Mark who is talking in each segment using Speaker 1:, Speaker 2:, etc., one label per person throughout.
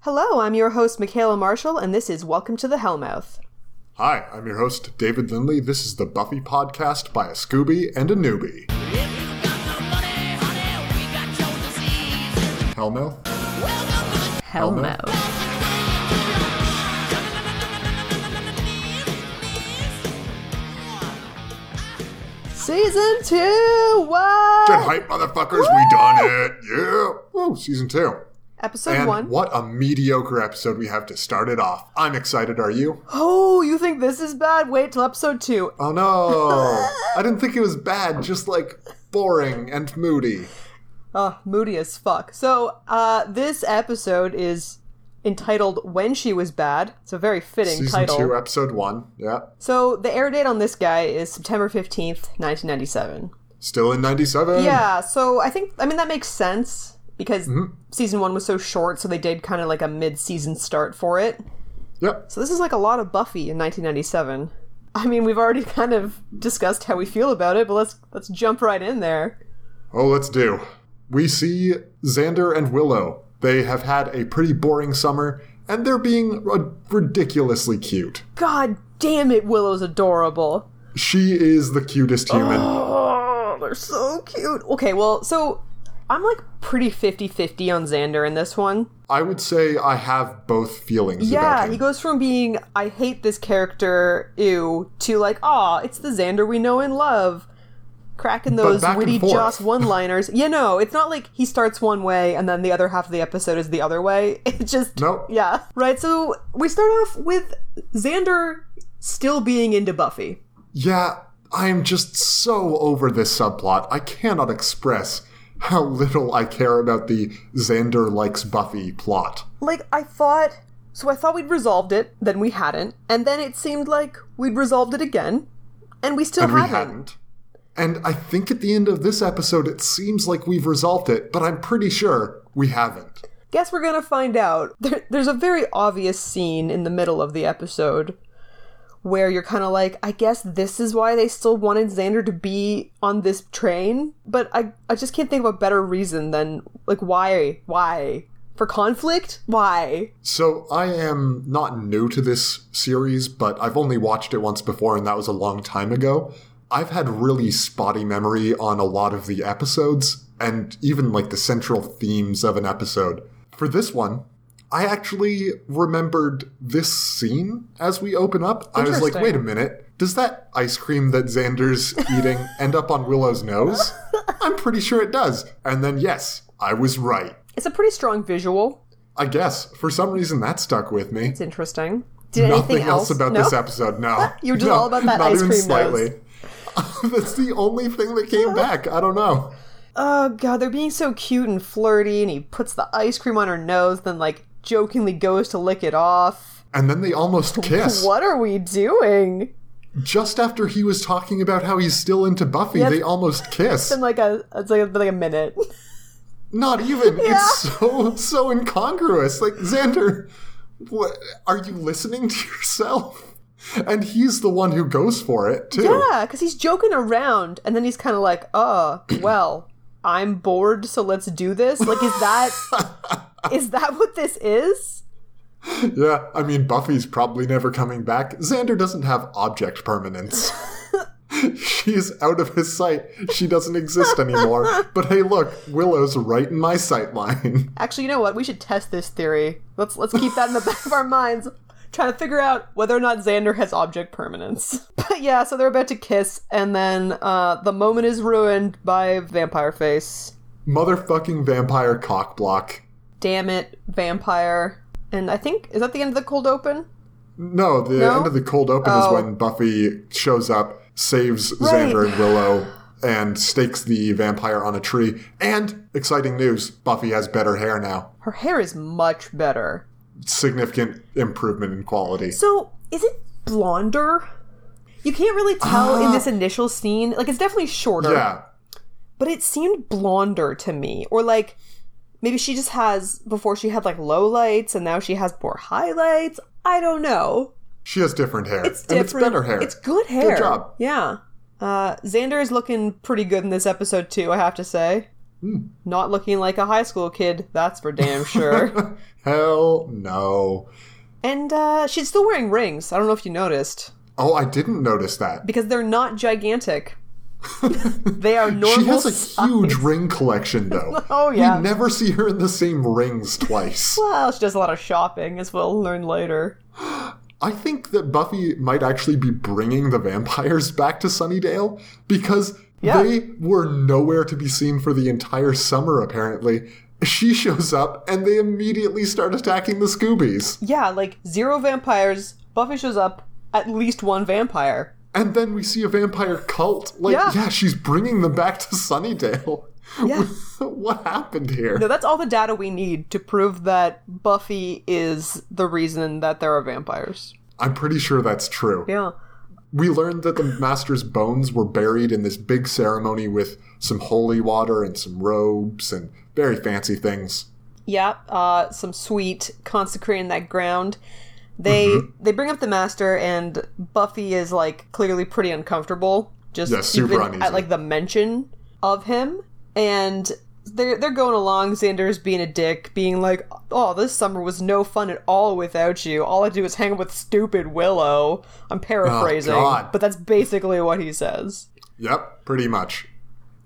Speaker 1: Hello, I'm your host, Michaela Marshall, and this is Welcome to the Hellmouth.
Speaker 2: Hi, I'm your host, David Lindley. This is the Buffy podcast by a Scooby and a newbie.
Speaker 3: If you got no money, honey, we got your disease.
Speaker 2: Hellmouth?
Speaker 3: Welcome to the
Speaker 2: Hellmouth.
Speaker 1: Season two!
Speaker 2: Get
Speaker 1: Wow!
Speaker 2: hype, motherfuckers. We done it. Yeah. Oh, season two.
Speaker 1: Episode
Speaker 2: And
Speaker 1: one.
Speaker 2: what a mediocre episode we have to start it off. I'm excited. Are you?
Speaker 1: Oh, you think this is bad? Wait till episode two.
Speaker 2: Oh, no. I didn't think it was bad, just like boring and moody.
Speaker 1: Oh, moody as fuck. So, uh, this episode is entitled When She Was Bad. It's a very fitting
Speaker 2: Season
Speaker 1: title.
Speaker 2: two, uh, episode one. Yeah.
Speaker 1: So, the air date on this guy is September 15th, 1997.
Speaker 2: Still in 97.
Speaker 1: Yeah, so I think, I mean, that makes sense because
Speaker 2: Mm-hmm.
Speaker 1: season one was so short, so they did kind of like a mid season start for it.
Speaker 2: Yep.
Speaker 1: So this is like a lot of Buffy in 1997. I mean, we've already kind of discussed how we feel about it, but let's let's jump right in there.
Speaker 2: Oh, let's do. We see Xander and Willow. They have had a pretty boring summer, and they're being r- ridiculously cute.
Speaker 1: God damn it, Willow's adorable.
Speaker 2: She is the cutest human.
Speaker 1: Oh, they're so cute. Okay, well, so I'm like pretty 50-50 on Xander in this one.
Speaker 2: I would say I have both feelings about
Speaker 1: Yeah,
Speaker 2: him.
Speaker 1: he goes from being I hate this character, ew, to like, aw, it's the Xander we know and love. Cracking those
Speaker 2: back and
Speaker 1: witty
Speaker 2: forth.
Speaker 1: Joss one liners. you know, it's not like he starts one way and then the other half of the episode is the other way. It just
Speaker 2: Nope.
Speaker 1: Yeah. Right, so we start off with Xander still being into Buffy.
Speaker 2: yeah, I am just so over this subplot. I cannot express how little I care about the Xander likes Buffy plot.
Speaker 1: Like I thought so I thought we'd resolved it, then we hadn't, and then it seemed like we'd resolved it again, and we still
Speaker 2: And
Speaker 1: haven't.
Speaker 2: we hadn't. And I think at the end of this episode, it seems like we've resolved it, but I'm pretty sure we haven't.
Speaker 1: guess we're gonna find out. There, there's a very obvious scene in the middle of the episode where you're kind of like, I guess this is why they still wanted Xander to be on this train, but I, I just can't think of a better reason than like why, why for conflict, why?
Speaker 2: So I am not new to this series, but I've only watched it once before, and that was a long time ago. I've had really spotty memory on a lot of the episodes, and even like the central themes of an episode. For this one, I actually remembered this scene as we open up. I was like,
Speaker 1: Interesting.
Speaker 2: wait a minute, does that ice cream that Xander's eating end up on Willow's nose? I'm pretty sure it does. And then, yes, I was right.
Speaker 1: It's a pretty strong visual.
Speaker 2: I guess. For some reason, that stuck with me.
Speaker 1: It's interesting. Did
Speaker 2: Nothing
Speaker 1: anything else,
Speaker 2: else, about
Speaker 1: No?
Speaker 2: this episode. No,
Speaker 1: You were just
Speaker 2: No,
Speaker 1: all about that
Speaker 2: not
Speaker 1: ice
Speaker 2: even
Speaker 1: cream
Speaker 2: slightly. That's the only thing that came back. I don't know.
Speaker 1: Oh god, they're being so cute and flirty, and he puts the ice cream on her nose, then like jokingly goes to lick it off.
Speaker 2: And then they almost kiss.
Speaker 1: What are we doing?
Speaker 2: Just after he was talking about how he's still into Buffy, they almost kiss.
Speaker 1: in like a it's like, like a minute.
Speaker 2: Not even. It's so so incongruous. Like Xander, what, are you listening to yourself? And he's the one who goes for it too.
Speaker 1: yeah, because he's joking around, and then he's kind of like, "Uh, well, I'm bored, so let's do this." Like, is that is that what this is?
Speaker 2: Yeah, I mean, Buffy's probably never coming back. Xander doesn't have object permanence. She's out of his sight. She doesn't exist anymore. But hey, look, Willow's right in my sight line.
Speaker 1: Actually, you know what? We should test this theory. Let's let's keep that in the back of our minds. Trying to figure out whether or not Xander has object permanence. But yeah, so they're about to kiss, and then uh, the moment is ruined by Vampire Face.
Speaker 2: Motherfucking vampire cockblock.
Speaker 1: Damn it, Vampire. And I think, is that the end of the cold open?
Speaker 2: No, the
Speaker 1: No?
Speaker 2: end of the cold open
Speaker 1: Oh.
Speaker 2: is when Buffy shows up, saves
Speaker 1: Right.
Speaker 2: Xander and Willow, and stakes the vampire on a tree. And exciting news Buffy has better hair now.
Speaker 1: Her hair is much better.
Speaker 2: Significant improvement in quality.
Speaker 1: So, is it blonder? You can't really tell in this initial scene. Like, it's definitely shorter,
Speaker 2: Yeah,
Speaker 1: but it seemed blonder to me. Or, like, maybe she just has, before she had, like, low lights, and now she has more highlights. I don't know.
Speaker 2: She has different hair.
Speaker 1: It's
Speaker 2: and
Speaker 1: different.
Speaker 2: it's better hair.
Speaker 1: It's good hair.
Speaker 2: job.
Speaker 1: Yeah. Uh, Xander is looking pretty good in this episode, too, I have to say.
Speaker 2: Hmm.
Speaker 1: Not looking like a high school kid, that's for damn sure.
Speaker 2: Hell no.
Speaker 1: and uh, she's still wearing rings. I don't know if you noticed.
Speaker 2: Oh, I didn't notice that.
Speaker 1: Because they're not gigantic. they are normal.
Speaker 2: She has
Speaker 1: s-
Speaker 2: a huge ring collection, though.
Speaker 1: Oh, yeah.
Speaker 2: We never see her in the same rings twice.
Speaker 1: well, she does a lot of shopping, as we'll learn later.
Speaker 2: I think that Buffy might actually be bringing the vampires back to Sunnydale because
Speaker 1: Yeah.
Speaker 2: they were nowhere to be seen for the entire summer, apparently. She shows up and they immediately start attacking the Scoobies.
Speaker 1: Yeah, like zero vampires. Buffy shows up, at least one vampire.
Speaker 2: And then we see a vampire cult. Like,
Speaker 1: Yeah.
Speaker 2: yeah, she's bringing them back to Sunnydale.
Speaker 1: Yeah.
Speaker 2: what happened here?
Speaker 1: No, that's all the data we need to prove that Buffy is the reason that there are vampires.
Speaker 2: I'm pretty sure that's true.
Speaker 1: Yeah.
Speaker 2: We learned that the master's bones were buried in this big ceremony with some holy water and some robes and very fancy things.
Speaker 1: Yeah, uh, some sweet consecrating that ground. They
Speaker 2: Mm-hmm.
Speaker 1: they bring up the master and Buffy is like clearly pretty uncomfortable just
Speaker 2: Yeah, super
Speaker 1: even
Speaker 2: uneasy.
Speaker 1: at like the mention of him and they're they're going along Xander's being a dick being like oh this summer was no fun at all without you all I do is hang with stupid Willow I'm paraphrasing
Speaker 2: Oh, God.
Speaker 1: but that's basically what he says
Speaker 2: Yep, pretty much.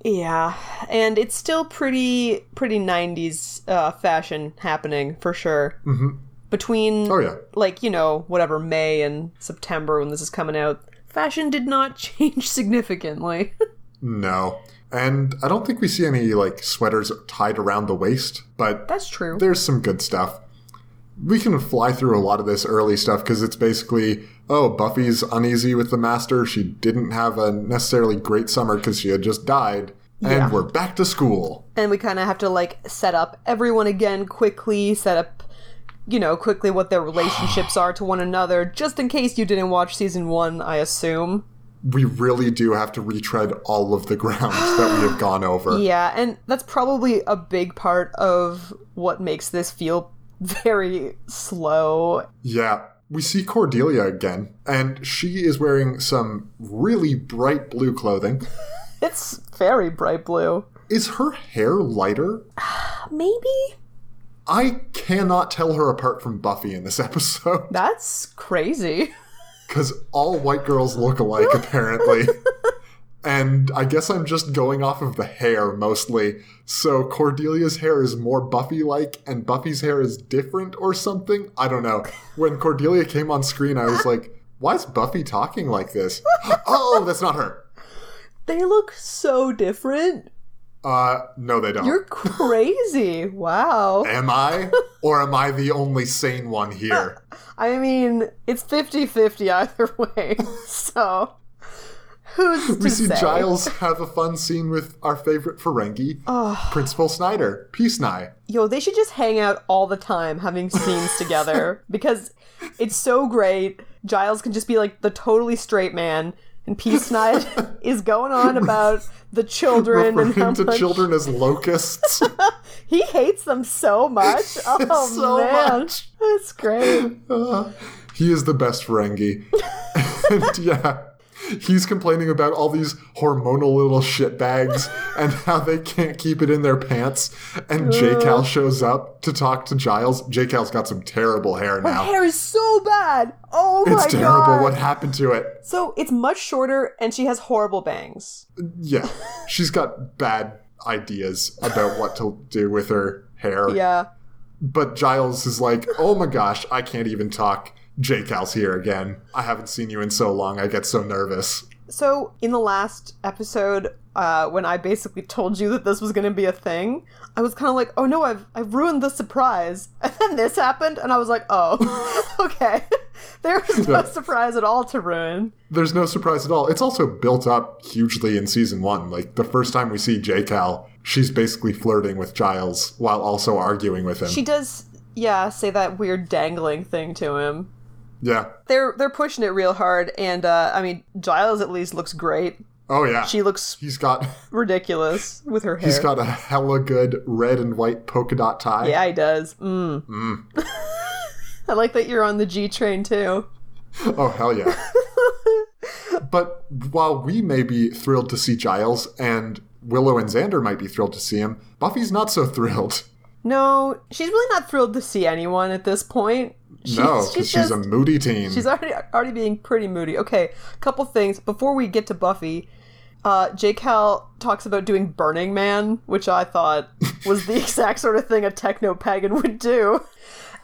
Speaker 1: yeah, and it's still pretty pretty '90s uh, fashion happening for sure. Mm-hmm. Between
Speaker 2: Oh, yeah.
Speaker 1: like you know whatever May and September when this is coming out, fashion did not change significantly.
Speaker 2: No. And I don't think we see any, like, sweaters tied around the waist, but
Speaker 1: That's true.
Speaker 2: there's some good stuff. We can fly through a lot of this early stuff because it's basically, oh, Buffy's uneasy with the master. She didn't have a necessarily great summer because she had just died. And
Speaker 1: Yeah.
Speaker 2: we're back to school.
Speaker 1: and we kind of have to like set up everyone again quickly, set up you know quickly what their relationships are to one another, just in case you didn't watch season one. I assume.
Speaker 2: we really do have to retread all of the ground that we have gone over.
Speaker 1: Yeah, and that's probably a big part of what makes this feel very slow.
Speaker 2: Yeah. We see Cordelia again, and she is wearing some really bright blue clothing.
Speaker 1: It's very bright blue.
Speaker 2: Is her hair lighter?
Speaker 1: Maybe?
Speaker 2: I cannot tell her apart from Buffy in this episode
Speaker 1: That's crazy.
Speaker 2: because all white girls look alike, apparently. And I guess I'm just going off of the hair mostly. So Cordelia's hair is more Buffy like, and Buffy's hair is different or something. I don't know. When Cordelia came on screen, I was like, why is Buffy talking like this? oh, that's not her.
Speaker 1: They look so different.
Speaker 2: Uh, no, they don't.
Speaker 1: You're crazy. Wow.
Speaker 2: Am I? Or am I the only sane one here?
Speaker 1: I mean, it's 50 50 either way. So, who's to
Speaker 2: We see
Speaker 1: say?
Speaker 2: Giles have a fun scene with our favorite Ferengi, Principal Snyder, Peace Nye.
Speaker 1: Yo, they should just hang out all the time having scenes together because it's so great. Giles can just be like the totally straight man, and Peace Knight is going on about the children and how
Speaker 2: Referring to
Speaker 1: much
Speaker 2: children as locusts.
Speaker 1: he hates them so much. Oh
Speaker 2: So
Speaker 1: man,
Speaker 2: much.
Speaker 1: that's great.
Speaker 2: Uh, he is the best Ferengi. and yeah, he's complaining about all these hormonal little shit bags and how they can't keep it in their pants. And J Cal shows up to talk to Giles. J Cal's got some terrible hair now.
Speaker 1: Hair is so bad. Oh my
Speaker 2: it's terrible.
Speaker 1: god.
Speaker 2: What happened to it?
Speaker 1: so it's much shorter, and she has horrible bangs.
Speaker 2: Yeah, she's got bad ideas about what to do with her hair.
Speaker 1: Yeah.
Speaker 2: But Giles is like, oh my gosh, I can't even talk. J Cal's here again. I haven't seen you in so long. I get so nervous.
Speaker 1: So in the last episode, uh, when I basically told you that this was going to be a thing, I was kind of like, "Oh no, I've I've ruined the surprise." And then this happened, and I was like, "Oh, okay." there was no
Speaker 2: Yeah.
Speaker 1: surprise at all to ruin.
Speaker 2: there's no surprise at all. It's also built up hugely in season one. Like the first time we see J Cal, she's basically flirting with Giles while also arguing with him.
Speaker 1: She does, yeah, say that weird dangling thing to him.
Speaker 2: yeah.
Speaker 1: They're they're pushing it real hard, and uh, I mean, Giles at least looks great.
Speaker 2: Oh yeah.
Speaker 1: She looks
Speaker 2: he's got
Speaker 1: ridiculous with her hair.
Speaker 2: he's got a hella good red and white polka dot tie.
Speaker 1: yeah, he does. Mm. I like that you're on the G train too.
Speaker 2: Oh hell yeah. but while we may be thrilled to see Giles and Willow and Xander might be thrilled to see him. Buffy's not so thrilled.
Speaker 1: No, she's really not thrilled to see anyone at this point. She's,
Speaker 2: no, because she's,
Speaker 1: just-
Speaker 2: a moody teen.
Speaker 1: She's already already being pretty moody. Okay, couple things before we get to Buffy. Uh, Jake Hal talks about doing Burning Man, which I thought was the exact sort of thing a techno pagan would do.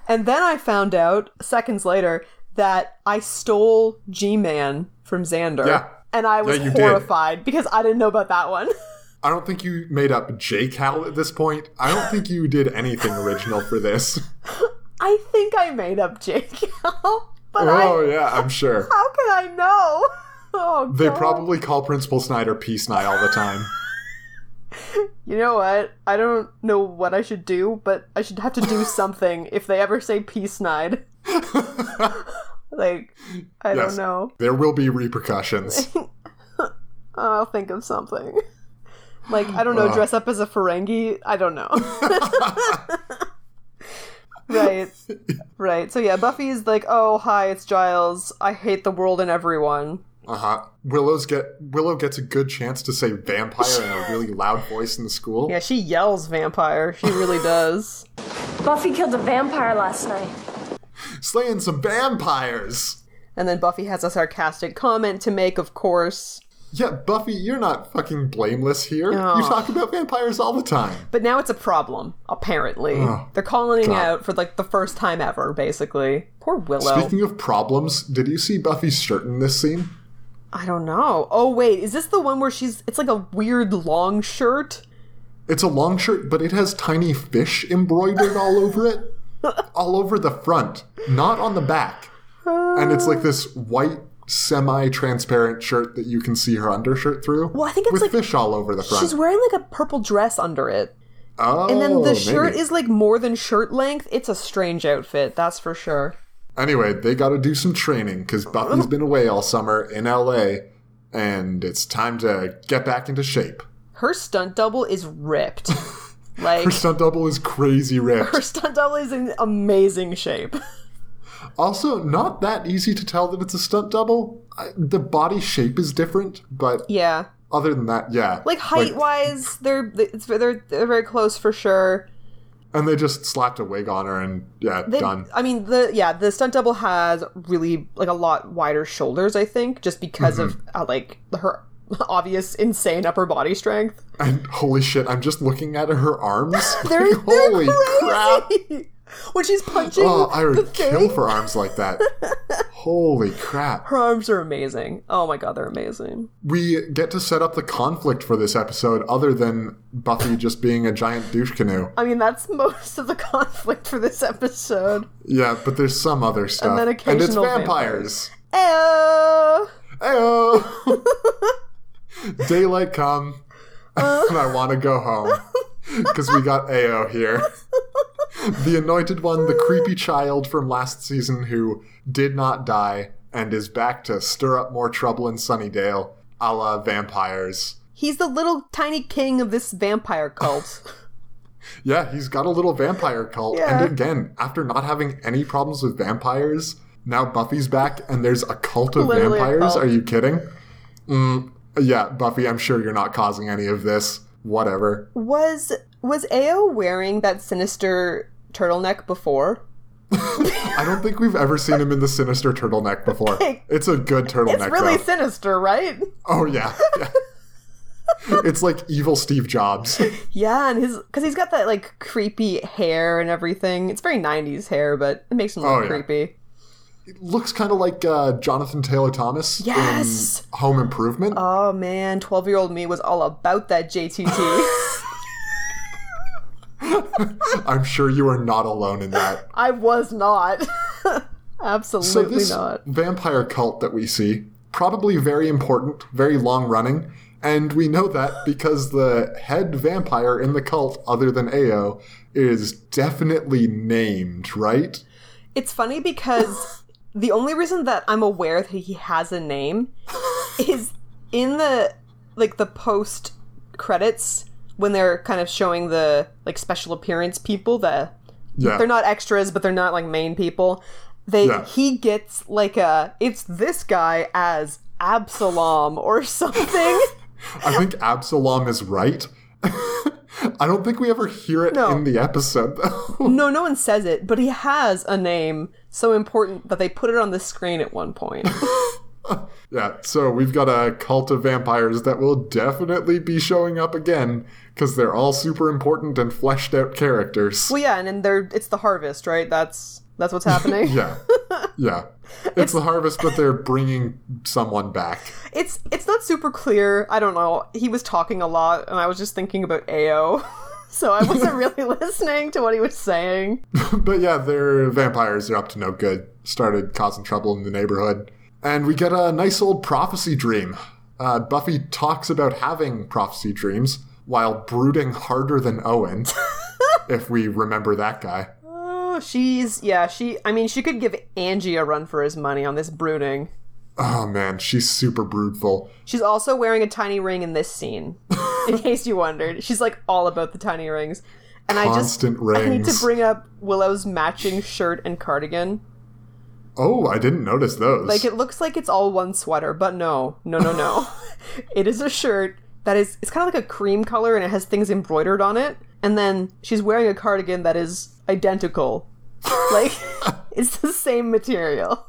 Speaker 1: And then I found out seconds later that I stole G Man from Xander.
Speaker 2: Yeah.
Speaker 1: And I was
Speaker 2: you did.
Speaker 1: horrified because I didn't know about that one.
Speaker 2: I don't think you made up J Cal at this point. I don't think you did anything original for this.
Speaker 1: I think I made up Jake Hal, but
Speaker 2: Oh,
Speaker 1: I,
Speaker 2: yeah, I'm sure.
Speaker 1: how can I know? Oh,
Speaker 2: They
Speaker 1: God.
Speaker 2: probably call Principal Snyder Peace Nye all the time.
Speaker 1: You know what? I don't know what I should do, but I should have to do something if they ever say peace nide. like, I don't
Speaker 2: Yes.
Speaker 1: know.
Speaker 2: There will be repercussions.
Speaker 1: I'll think of something. Like, I don't know,
Speaker 2: Ugh.
Speaker 1: dress up as a Ferengi? I don't know. right. Right. So, yeah, Buffy's like, oh, hi, it's Giles. I hate the world and everyone.
Speaker 2: Uh huh. Willow's get Willow gets a good chance to say vampire in a really loud voice in the school.
Speaker 1: Yeah, she yells vampire. She really does.
Speaker 4: Buffy killed a vampire last night.
Speaker 2: Slaying some vampires.
Speaker 1: And then Buffy has a sarcastic comment to make, of course.
Speaker 2: Yeah, Buffy, you're not fucking blameless here. You talk about vampires all the time.
Speaker 1: But now it's a problem, apparently.
Speaker 2: Oh,
Speaker 1: They're calling
Speaker 2: God.
Speaker 1: out for like the first time ever, basically. Poor Willow.
Speaker 2: Speaking of problems, did you see Buffy's shirt in this scene?
Speaker 1: I don't know. Oh wait, is this the one where she's it's like a weird long shirt?
Speaker 2: It's a long shirt, but it has tiny fish embroidered all over it, all over the front, not on the back. And it's like this white, semi-transparent shirt that you can see her undershirt through. Well,
Speaker 1: I think it's
Speaker 2: with
Speaker 1: like-
Speaker 2: fish all over the front.
Speaker 1: She's wearing like a purple dress under it.
Speaker 2: oh,
Speaker 1: And then the shirt
Speaker 2: maybe.
Speaker 1: is like more than shirt length. It's a strange outfit, that's for sure.
Speaker 2: Anyway, they got to do some training because Buffy's been away all summer in LA, and it's time to get back into shape.
Speaker 1: Her stunt double is ripped. like
Speaker 2: Her stunt double is crazy
Speaker 1: her
Speaker 2: ripped.
Speaker 1: stunt double is in amazing shape.
Speaker 2: Also, not that easy to tell that it's a stunt double. I, the body shape is different, but
Speaker 1: yeah.
Speaker 2: other than that, yeah.
Speaker 1: Like height wise, they're it's they're they're very close for sure.
Speaker 2: and they just slapped a wig on her, and yeah,
Speaker 1: They-
Speaker 2: done.
Speaker 1: I mean, the yeah, the stunt double has really like a lot wider shoulders. I think just because
Speaker 2: Mm-hmm.
Speaker 1: of uh, like her obvious insane upper body strength.
Speaker 2: And holy shit, I'm just looking at her arms.
Speaker 1: They're,
Speaker 2: Like,
Speaker 1: they're
Speaker 2: holy crap!
Speaker 1: crazy. when she's punching
Speaker 2: Oh, I
Speaker 1: the
Speaker 2: would
Speaker 1: thing,
Speaker 2: kill for arms like that. holy crap!
Speaker 1: her arms are amazing. Oh my god, they're amazing.
Speaker 2: we get to set up the conflict for this episode other than Buffy just being a giant douche canoe.
Speaker 1: I mean, that's most of the conflict for this episode.
Speaker 2: Yeah, but there's some other stuff.
Speaker 1: then
Speaker 2: it's
Speaker 1: occasional
Speaker 2: vampires.
Speaker 1: Oh,
Speaker 2: Ayo! Daylight come,
Speaker 1: Uh.
Speaker 2: and I want to go home. Because we got Ao here. the anointed one, the creepy child from last season who did not die and is back to stir up more trouble in Sunnydale, a la vampires.
Speaker 1: he's the little tiny king of this vampire cult.
Speaker 2: Yeah, he's got a little vampire cult.
Speaker 1: Yeah.
Speaker 2: And again, after not having any problems with vampires, now Buffy's back and there's a cult of
Speaker 1: Literally a
Speaker 2: vampires.
Speaker 1: cult.
Speaker 2: Are you kidding? Mm, yeah, Buffy, I'm sure you're not causing any of this. Whatever.
Speaker 1: Was was Ao wearing that sinister turtleneck before?
Speaker 2: I don't think we've ever seen him in the sinister turtleneck before. It's a good turtleneck.
Speaker 1: It's really
Speaker 2: though.
Speaker 1: sinister, right?
Speaker 2: oh, yeah. yeah. it's like evil Steve Jobs.
Speaker 1: Yeah, and his because he's got that like creepy hair and everything. It's very '90s hair, but it makes him look
Speaker 2: Oh, yeah.
Speaker 1: creepy.
Speaker 2: Looks kind of like uh, Jonathan Taylor Thomas
Speaker 1: Yes!
Speaker 2: in Home Improvement.
Speaker 1: Oh man, twelve-year-old me was all about that JTT.
Speaker 2: I'm sure you are not alone in that.
Speaker 1: I was not,
Speaker 2: So
Speaker 1: absolutely
Speaker 2: this
Speaker 1: not.
Speaker 2: vampire cult that we see probably very important, very long running, and we know that because the head vampire in the cult, other than Ao, is definitely named, right?
Speaker 1: It's funny because the only reason that I'm aware that he has a name is in the like the post credits when they're kind of showing the like special appearance people the
Speaker 2: Yeah,
Speaker 1: they're not extras but they're not like main people they
Speaker 2: Yeah.
Speaker 1: he gets like a it's this guy as Absalom or something
Speaker 2: I think Absalom is right. I don't think we ever hear it
Speaker 1: No.
Speaker 2: in the episode, though.
Speaker 1: No, no one says it, but he has a name so important that they put it on the screen at one point.
Speaker 2: yeah, so we've got a cult of vampires that will definitely be showing up again because they're all super important and fleshed out characters.
Speaker 1: well, yeah, and then they're it's the harvest, right? That's that's what's happening.
Speaker 2: yeah. Yeah. It's the harvest, but they're bringing someone back.
Speaker 1: It's it's not super clear. I don't know. He was talking a lot, and I was just thinking about Ao, so I wasn't really listening to what he was saying.
Speaker 2: But yeah, they're vampires. They're up to no good. Started causing trouble in the neighborhood. And we get a nice old prophecy dream. Uh, Buffy talks about having prophecy dreams while brooding harder than Owen, if we remember that guy.
Speaker 1: Oh, she's yeah. She I mean, she could give Angie a run for his money on this brooding.
Speaker 2: Oh man, she's super broodful.
Speaker 1: She's also wearing a tiny ring in this scene, in case you wondered. She's like all about the tiny rings. And
Speaker 2: Constant
Speaker 1: I just I need to
Speaker 2: rings.
Speaker 1: bring up Willow's matching shirt and cardigan.
Speaker 2: Oh, I didn't notice those.
Speaker 1: Like it looks like it's all one sweater, but no, no, no, no. it is a shirt that is it's kind of like a cream color and it has things embroidered on it. And then she's wearing a cardigan that is identical. Like it's the same material.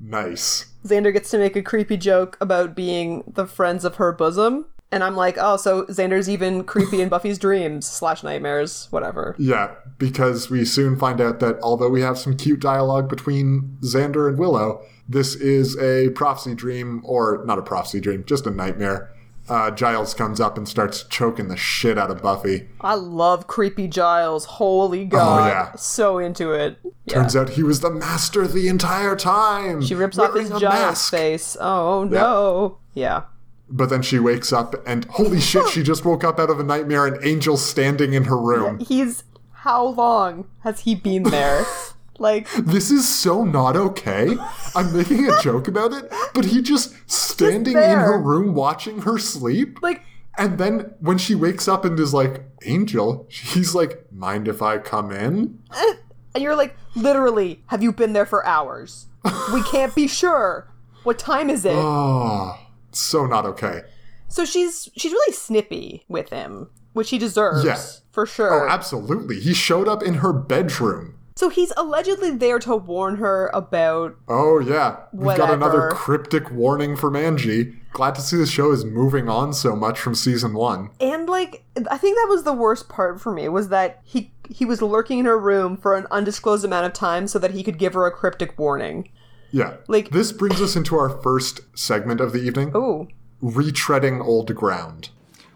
Speaker 2: nice.
Speaker 1: Xander gets to make a creepy joke about being the friends of her bosom. And I'm like, oh, so Xander's even creepy in Buffy's dreams slash nightmares, whatever.
Speaker 2: Yeah, because we soon find out that although we have some cute dialogue between Xander and Willow, this is a prophecy dream, or not a prophecy dream, just a nightmare. Uh, Giles comes up and starts choking the shit out of Buffy.
Speaker 1: I love creepy Giles. Holy God.
Speaker 2: yeah.
Speaker 1: So into it. Yeah.
Speaker 2: Turns out he was the master the entire time.
Speaker 1: she rips off his
Speaker 2: wearing a
Speaker 1: Giles face. Oh, no. Yeah.
Speaker 2: But then she wakes up and holy shit, she just woke up out of a nightmare and Angel's standing in her room.
Speaker 1: He's. How long has he been there? like,
Speaker 2: This is so not okay. I'm making a joke about it, but he just standing in
Speaker 1: there.
Speaker 2: her room watching her sleep.
Speaker 1: like.
Speaker 2: And then when she wakes up and is like, Angel, she's like, mind if I come in?
Speaker 1: And you're like, literally, have you been there for hours? We can't be sure. What time is it?
Speaker 2: Oh, so not okay.
Speaker 1: So she's she's really snippy with him, which he deserves
Speaker 2: Yeah.
Speaker 1: for
Speaker 2: Oh,
Speaker 1: sure.
Speaker 2: absolutely. He showed up in her bedroom.
Speaker 1: so he's allegedly there to warn her about
Speaker 2: Oh, yeah. We've got another
Speaker 1: Whatever.
Speaker 2: cryptic warning from Angie. Glad to see the show is moving on so much from season one.
Speaker 1: and like I think that was the worst part for me was that he he was lurking in her room for an undisclosed amount of time so that he could give her a cryptic warning.
Speaker 2: Yeah.
Speaker 1: Like- Oh.
Speaker 2: this brings us into our first segment of the evening
Speaker 1: Ooh.
Speaker 2: retreading old ground.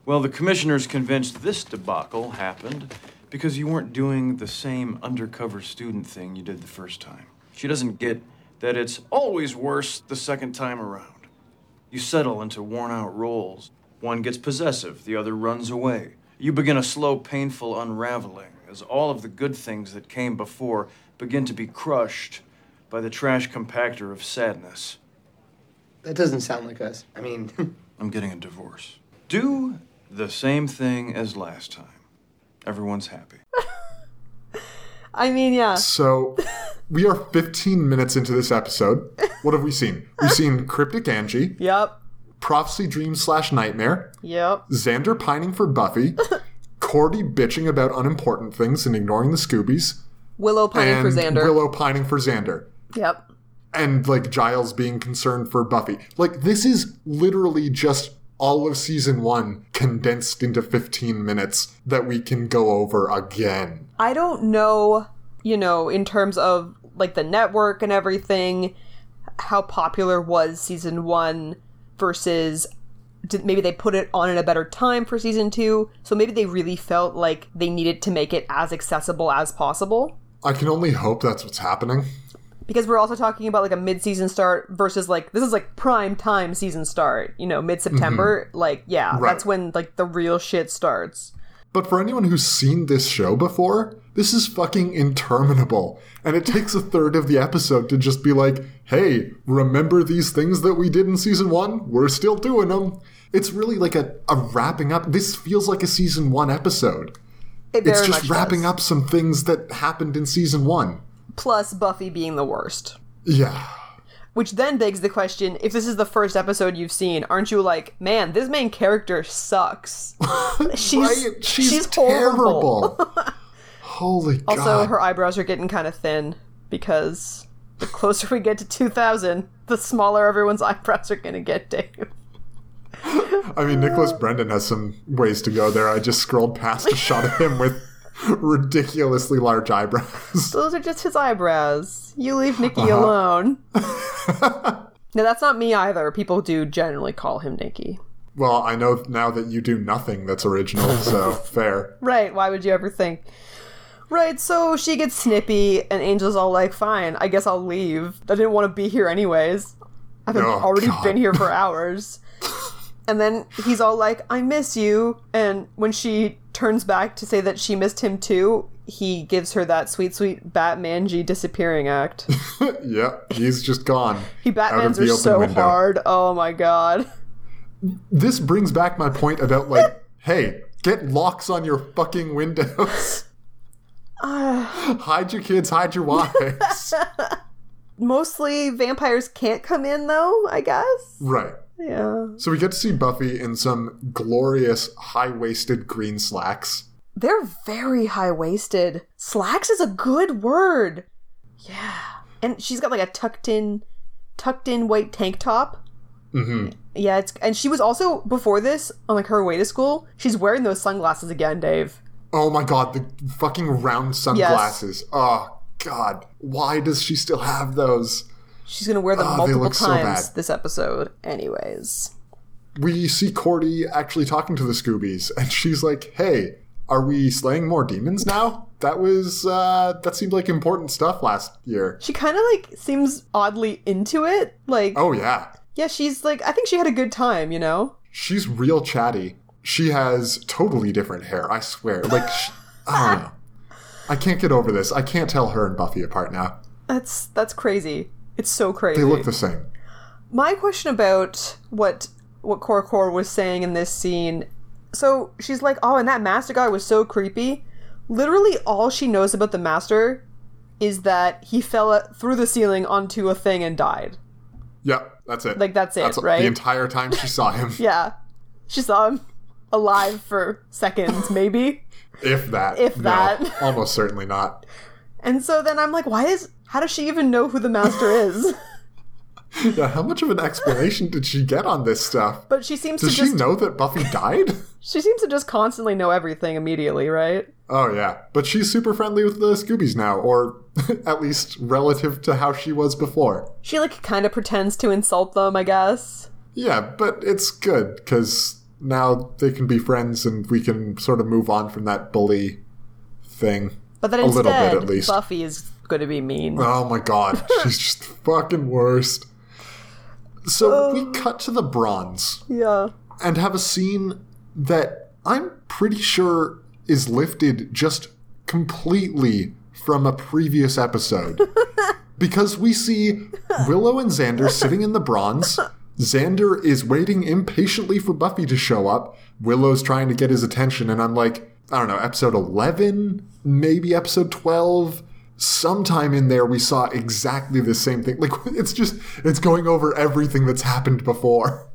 Speaker 5: Well, the commissioner's convinced this debacle happened because you weren't doing the same undercover student thing you did the first time. She doesn't get that it's always worse the second time around. You settle into worn out roles. One gets possessive, the other runs away. You begin a slow, painful unraveling as all of the good things that came before begin to be crushed by the trash compactor of sadness.
Speaker 6: That doesn't sound like us. I mean,
Speaker 5: I'm getting a divorce. Do the same thing as last time. Everyone's happy.
Speaker 1: I mean, yeah.
Speaker 2: So we are 15 minutes into this episode. What have we seen? We've seen Cryptic Angie,
Speaker 1: Yep.
Speaker 2: Prophecy Dream slash Nightmare,
Speaker 1: Yep.
Speaker 2: Xander pining for Buffy, Cordy bitching about unimportant things and ignoring the Scoobies,
Speaker 1: Willow pining
Speaker 2: and
Speaker 1: for Xander.
Speaker 2: Willow pining for Xander.
Speaker 1: Yep.
Speaker 2: And like Giles being concerned for Buffy. Like this is literally just all of season one condensed into 15 minutes that we can go over again.
Speaker 1: I don't know, you know, in terms of like the network and everything, how popular was season one versus did, maybe they put it on at a better time for season two. So maybe they really felt like they needed to make it as accessible as possible.
Speaker 2: I can only hope that's what's happening.
Speaker 1: Because we're also talking about like a mid season start versus like this is like prime time season start, you know, mid September. Like, yeah,
Speaker 2: Mm-hmm. Right.
Speaker 1: that's when like the real shit starts.
Speaker 2: But for anyone who's seen this show before, this is fucking interminable. And it takes a third of the episode to just be like, hey, remember these things that we did in season one? We're still doing them. It's really like a, a wrapping up. This feels like a season one episode.
Speaker 1: It
Speaker 2: It's
Speaker 1: very
Speaker 2: just
Speaker 1: much
Speaker 2: wrapping
Speaker 1: does.
Speaker 2: up some things that happened in season one.
Speaker 1: Plus Buffy being the worst.
Speaker 2: Yeah.
Speaker 1: Which then begs the question if this is the first episode you've seen, aren't you like, man, this main character sucks? She's,
Speaker 2: Right? She's,
Speaker 1: horrible.
Speaker 2: terrible. Holy God.
Speaker 1: Also, her eyebrows are getting kind of thin because the closer we get to 2000, the smaller everyone's eyebrows are going to get, Dave.
Speaker 2: I mean, Nicholas Brendan has some ways to go there. I just scrolled past a shot of him with ridiculously large eyebrows.
Speaker 1: Those are just his eyebrows. You leave Nikki
Speaker 2: Uh-huh.
Speaker 1: alone. now, that's not me either. People do generally call him Nikki.
Speaker 2: Well, I know now that you do nothing that's original, so fair.
Speaker 1: Right, why would you ever think? Right, so she gets snippy, and Angel's all like, fine, I guess I'll leave. I didn't want to be here anyways. I've
Speaker 2: Oh,
Speaker 1: already
Speaker 2: God.
Speaker 1: been here for hours. and then he's all like, I miss you. And when she turns back to say that she missed him too, he gives her that sweet, sweet Batman G disappearing act.
Speaker 2: Yep, he's just gone.
Speaker 1: He Batmans are so hard. Oh my god.
Speaker 2: This brings back my point about, like, hey, get locks on your fucking windows.
Speaker 1: Uh.
Speaker 2: hide your kids, hide your wives.
Speaker 1: Mostly vampires can't come in though, I guess.
Speaker 2: right.
Speaker 1: Yeah.
Speaker 2: So we get to see Buffy in some glorious high waisted green slacks.
Speaker 1: They're very high waisted. Slacks is a good word. Yeah. And she's got like a tucked in tucked in white tank top.
Speaker 2: Mhm.
Speaker 1: Yeah, it's and she was also before this on like her way to school, she's wearing those sunglasses again, Dave.
Speaker 2: Oh my god, the fucking round sunglasses. Oh god, why does she still have those?
Speaker 1: She's going to wear them
Speaker 2: Ah, they
Speaker 1: multiple
Speaker 2: look so
Speaker 1: times
Speaker 2: bad.
Speaker 1: this episode anyways.
Speaker 2: We see Cordy actually talking to the Scoobies, and she's like, "Hey, are we slaying more demons now? That was uh, that seemed like important stuff last year."
Speaker 1: She kind of like seems oddly into it. Like
Speaker 2: Oh yeah,
Speaker 1: yeah, she's like I think she had a good time, you know.
Speaker 2: she's real chatty. She has totally different hair. I swear. Like, sh I don't know. I can't get over this. I can't tell her and Buffy apart now.
Speaker 1: That's that's crazy. It's so crazy.
Speaker 2: They look the same.
Speaker 1: my question about what what Cora Cor was saying in this scene. So she's like, "Oh, and that master guy was so creepy." Literally, all she knows about the master is that he fell out- through the ceiling onto a thing and died.
Speaker 2: Yep, that's it.
Speaker 1: Like, that's it, right?
Speaker 2: The entire time she saw him,
Speaker 1: Yeah, she saw him alive for seconds, maybe.
Speaker 2: if that.
Speaker 1: If
Speaker 2: No,
Speaker 1: that.
Speaker 2: almost certainly not.
Speaker 1: And so then I'm like, "Why is? How does she even know who the master is?"
Speaker 2: Yeah, how much of an explanation did she get on this stuff?
Speaker 1: But she seems
Speaker 2: Does
Speaker 1: to
Speaker 2: she
Speaker 1: just
Speaker 2: know that Buffy died?
Speaker 1: she seems to just constantly know everything immediately, right?
Speaker 2: oh yeah, but she's super friendly with the Scoobies now, or at least relative to how she was before.
Speaker 1: She like kind of pretends to insult them, I guess.
Speaker 2: Yeah, but it's good because now they can be friends, and we can sort of move on from that bully thing.
Speaker 1: But then
Speaker 2: A little
Speaker 1: instead,
Speaker 2: bit, at least.
Speaker 1: Buffy is going to be mean.
Speaker 2: Oh my god, she's just the fucking worst. So we cut to the bronze
Speaker 1: yeah.
Speaker 2: and have a scene that I'm pretty sure is lifted just completely from a previous episode. because we see Willow and Xander sitting in the bronze. Xander is waiting impatiently for Buffy to show up. Willow's trying to get his attention, and I'm like, I don't know, episode 11, maybe episode 12. Sometime in there, we saw exactly the same thing. Like, it's just, it's going over everything that's happened before.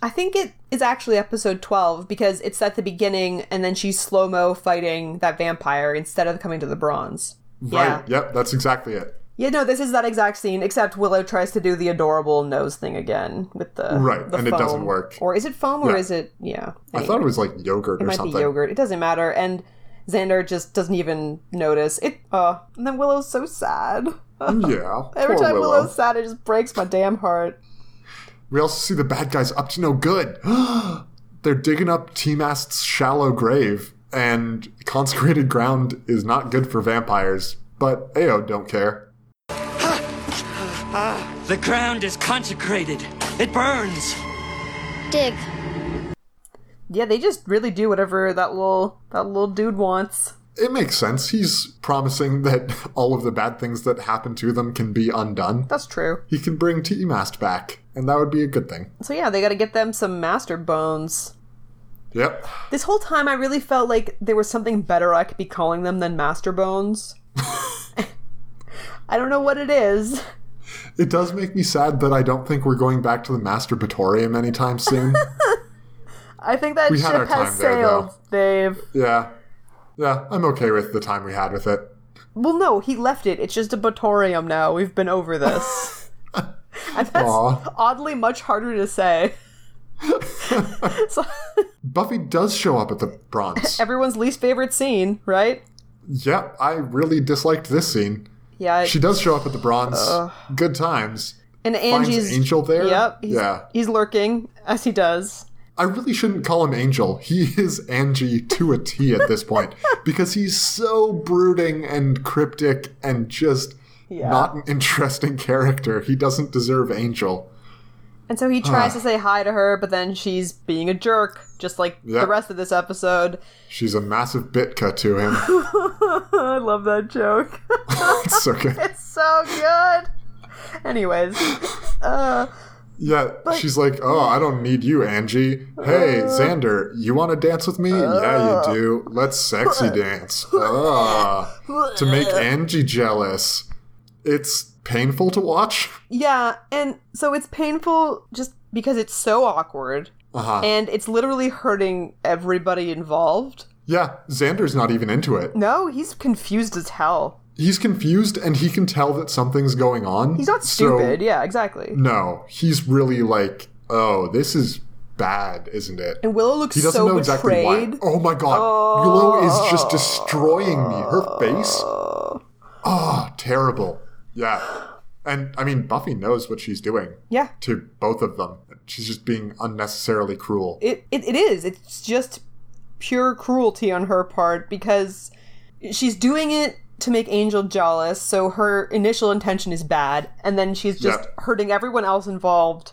Speaker 1: I think it is actually episode 12 because it's at the beginning and then she's slow mo fighting that vampire instead of coming to the bronze. Yeah.
Speaker 2: Right. Yep. That's exactly it.
Speaker 1: Yeah, no, this is that exact scene, except Willow tries to do the adorable nose thing again with the.
Speaker 2: Right,
Speaker 1: the
Speaker 2: and it doesn't
Speaker 1: foam.
Speaker 2: work.
Speaker 1: Or is it foam or
Speaker 2: Yeah.
Speaker 1: is it. Yeah.
Speaker 2: I thought it was like yogurt or
Speaker 1: might
Speaker 2: something.
Speaker 1: be yogurt. It doesn't matter. And Xander just doesn't even notice. It. Uh, and then Willow's so sad.
Speaker 2: Yeah.
Speaker 1: Every
Speaker 2: poor
Speaker 1: time
Speaker 2: Willow.
Speaker 1: Willow's sad, it just breaks my damn heart.
Speaker 2: We also see the bad guys up to no good. They're digging up Team Ast's shallow grave, and consecrated ground is not good for vampires. But Ao don't care.
Speaker 7: The ground is consecrated. It burns.
Speaker 8: Dig.
Speaker 1: Yeah, they just really do whatever that little that little dude wants.
Speaker 2: It makes sense. He's promising that all of the bad things that happen to them can be undone.
Speaker 1: That's true.
Speaker 2: He can bring Team Ast back, and that would be a good thing.
Speaker 1: So yeah, they got to get them some master bones.
Speaker 2: Yep.
Speaker 1: This whole time, I really felt like there was something better I could be calling them than master bones. I don't know what it is.
Speaker 2: It does make me sad that I don't think we're going back to the masturbatorium anytime soon.
Speaker 1: I think that
Speaker 2: We had our
Speaker 1: ship has
Speaker 2: time there, though.
Speaker 1: sailed, Dave.
Speaker 2: yeah. Yeah, I'm okay with the time we had with it.
Speaker 1: Well, no, he left it. It's just a batorium now. We've been over this. and that's
Speaker 2: Aw.
Speaker 1: oddly much harder to say. so,
Speaker 2: Buffy does show up at the bronze.
Speaker 1: everyone's least favorite scene, right?
Speaker 2: yep, I really disliked this scene.
Speaker 1: Yeah. I-
Speaker 2: She does show up at the bronze. Good times.
Speaker 1: and
Speaker 2: Finds
Speaker 1: Angie's
Speaker 2: Angel there.
Speaker 1: Yep. He's,
Speaker 2: Yeah.
Speaker 1: He's lurking as he does.
Speaker 2: I really shouldn't call him Angel. He is Angie to a T at this point because he's so brooding and cryptic and just not an interesting character. He doesn't deserve Angel.
Speaker 1: And so he tries to say hi to her, but then she's being a jerk, just like
Speaker 2: Yeah.
Speaker 1: the rest of this episode.
Speaker 2: She's a massive bitka to him.
Speaker 1: I love that joke.
Speaker 2: it's so good.
Speaker 1: so good. Anyways,
Speaker 2: Yeah, she's like, "Oh, I don't need you, Angie. Hey,
Speaker 1: Uh,
Speaker 2: Xander, you want to dance with me? yeah, you do. Let's sexy dance. Ah, to make Angie jealous. It's painful to watch.
Speaker 1: yeah, and so it's painful just because it's so awkward.
Speaker 2: Uh-huh.
Speaker 1: And it's literally hurting everybody involved.
Speaker 2: Yeah, Xander's not even into it.
Speaker 1: No, he's confused as hell.
Speaker 2: He's confused, and he can tell that something's going on.
Speaker 1: He's not stupid. yeah, exactly.
Speaker 2: No, he's really like, "Oh, this is bad, isn't it?"
Speaker 1: And Willow looks
Speaker 2: He doesn't
Speaker 1: so
Speaker 2: know exactly
Speaker 1: betrayed.
Speaker 2: why. Oh my god. Willow is just destroying me. Her face. Oh, terrible. Yeah. And I mean, Buffy knows what she's doing
Speaker 1: Yeah.
Speaker 2: to both of them. She's just being unnecessarily cruel.
Speaker 1: it, it it is. It's just pure cruelty on her part because she's doing it to make Angel jealous. So her initial intention is bad, and then she's just
Speaker 2: Yep.
Speaker 1: hurting everyone else involved.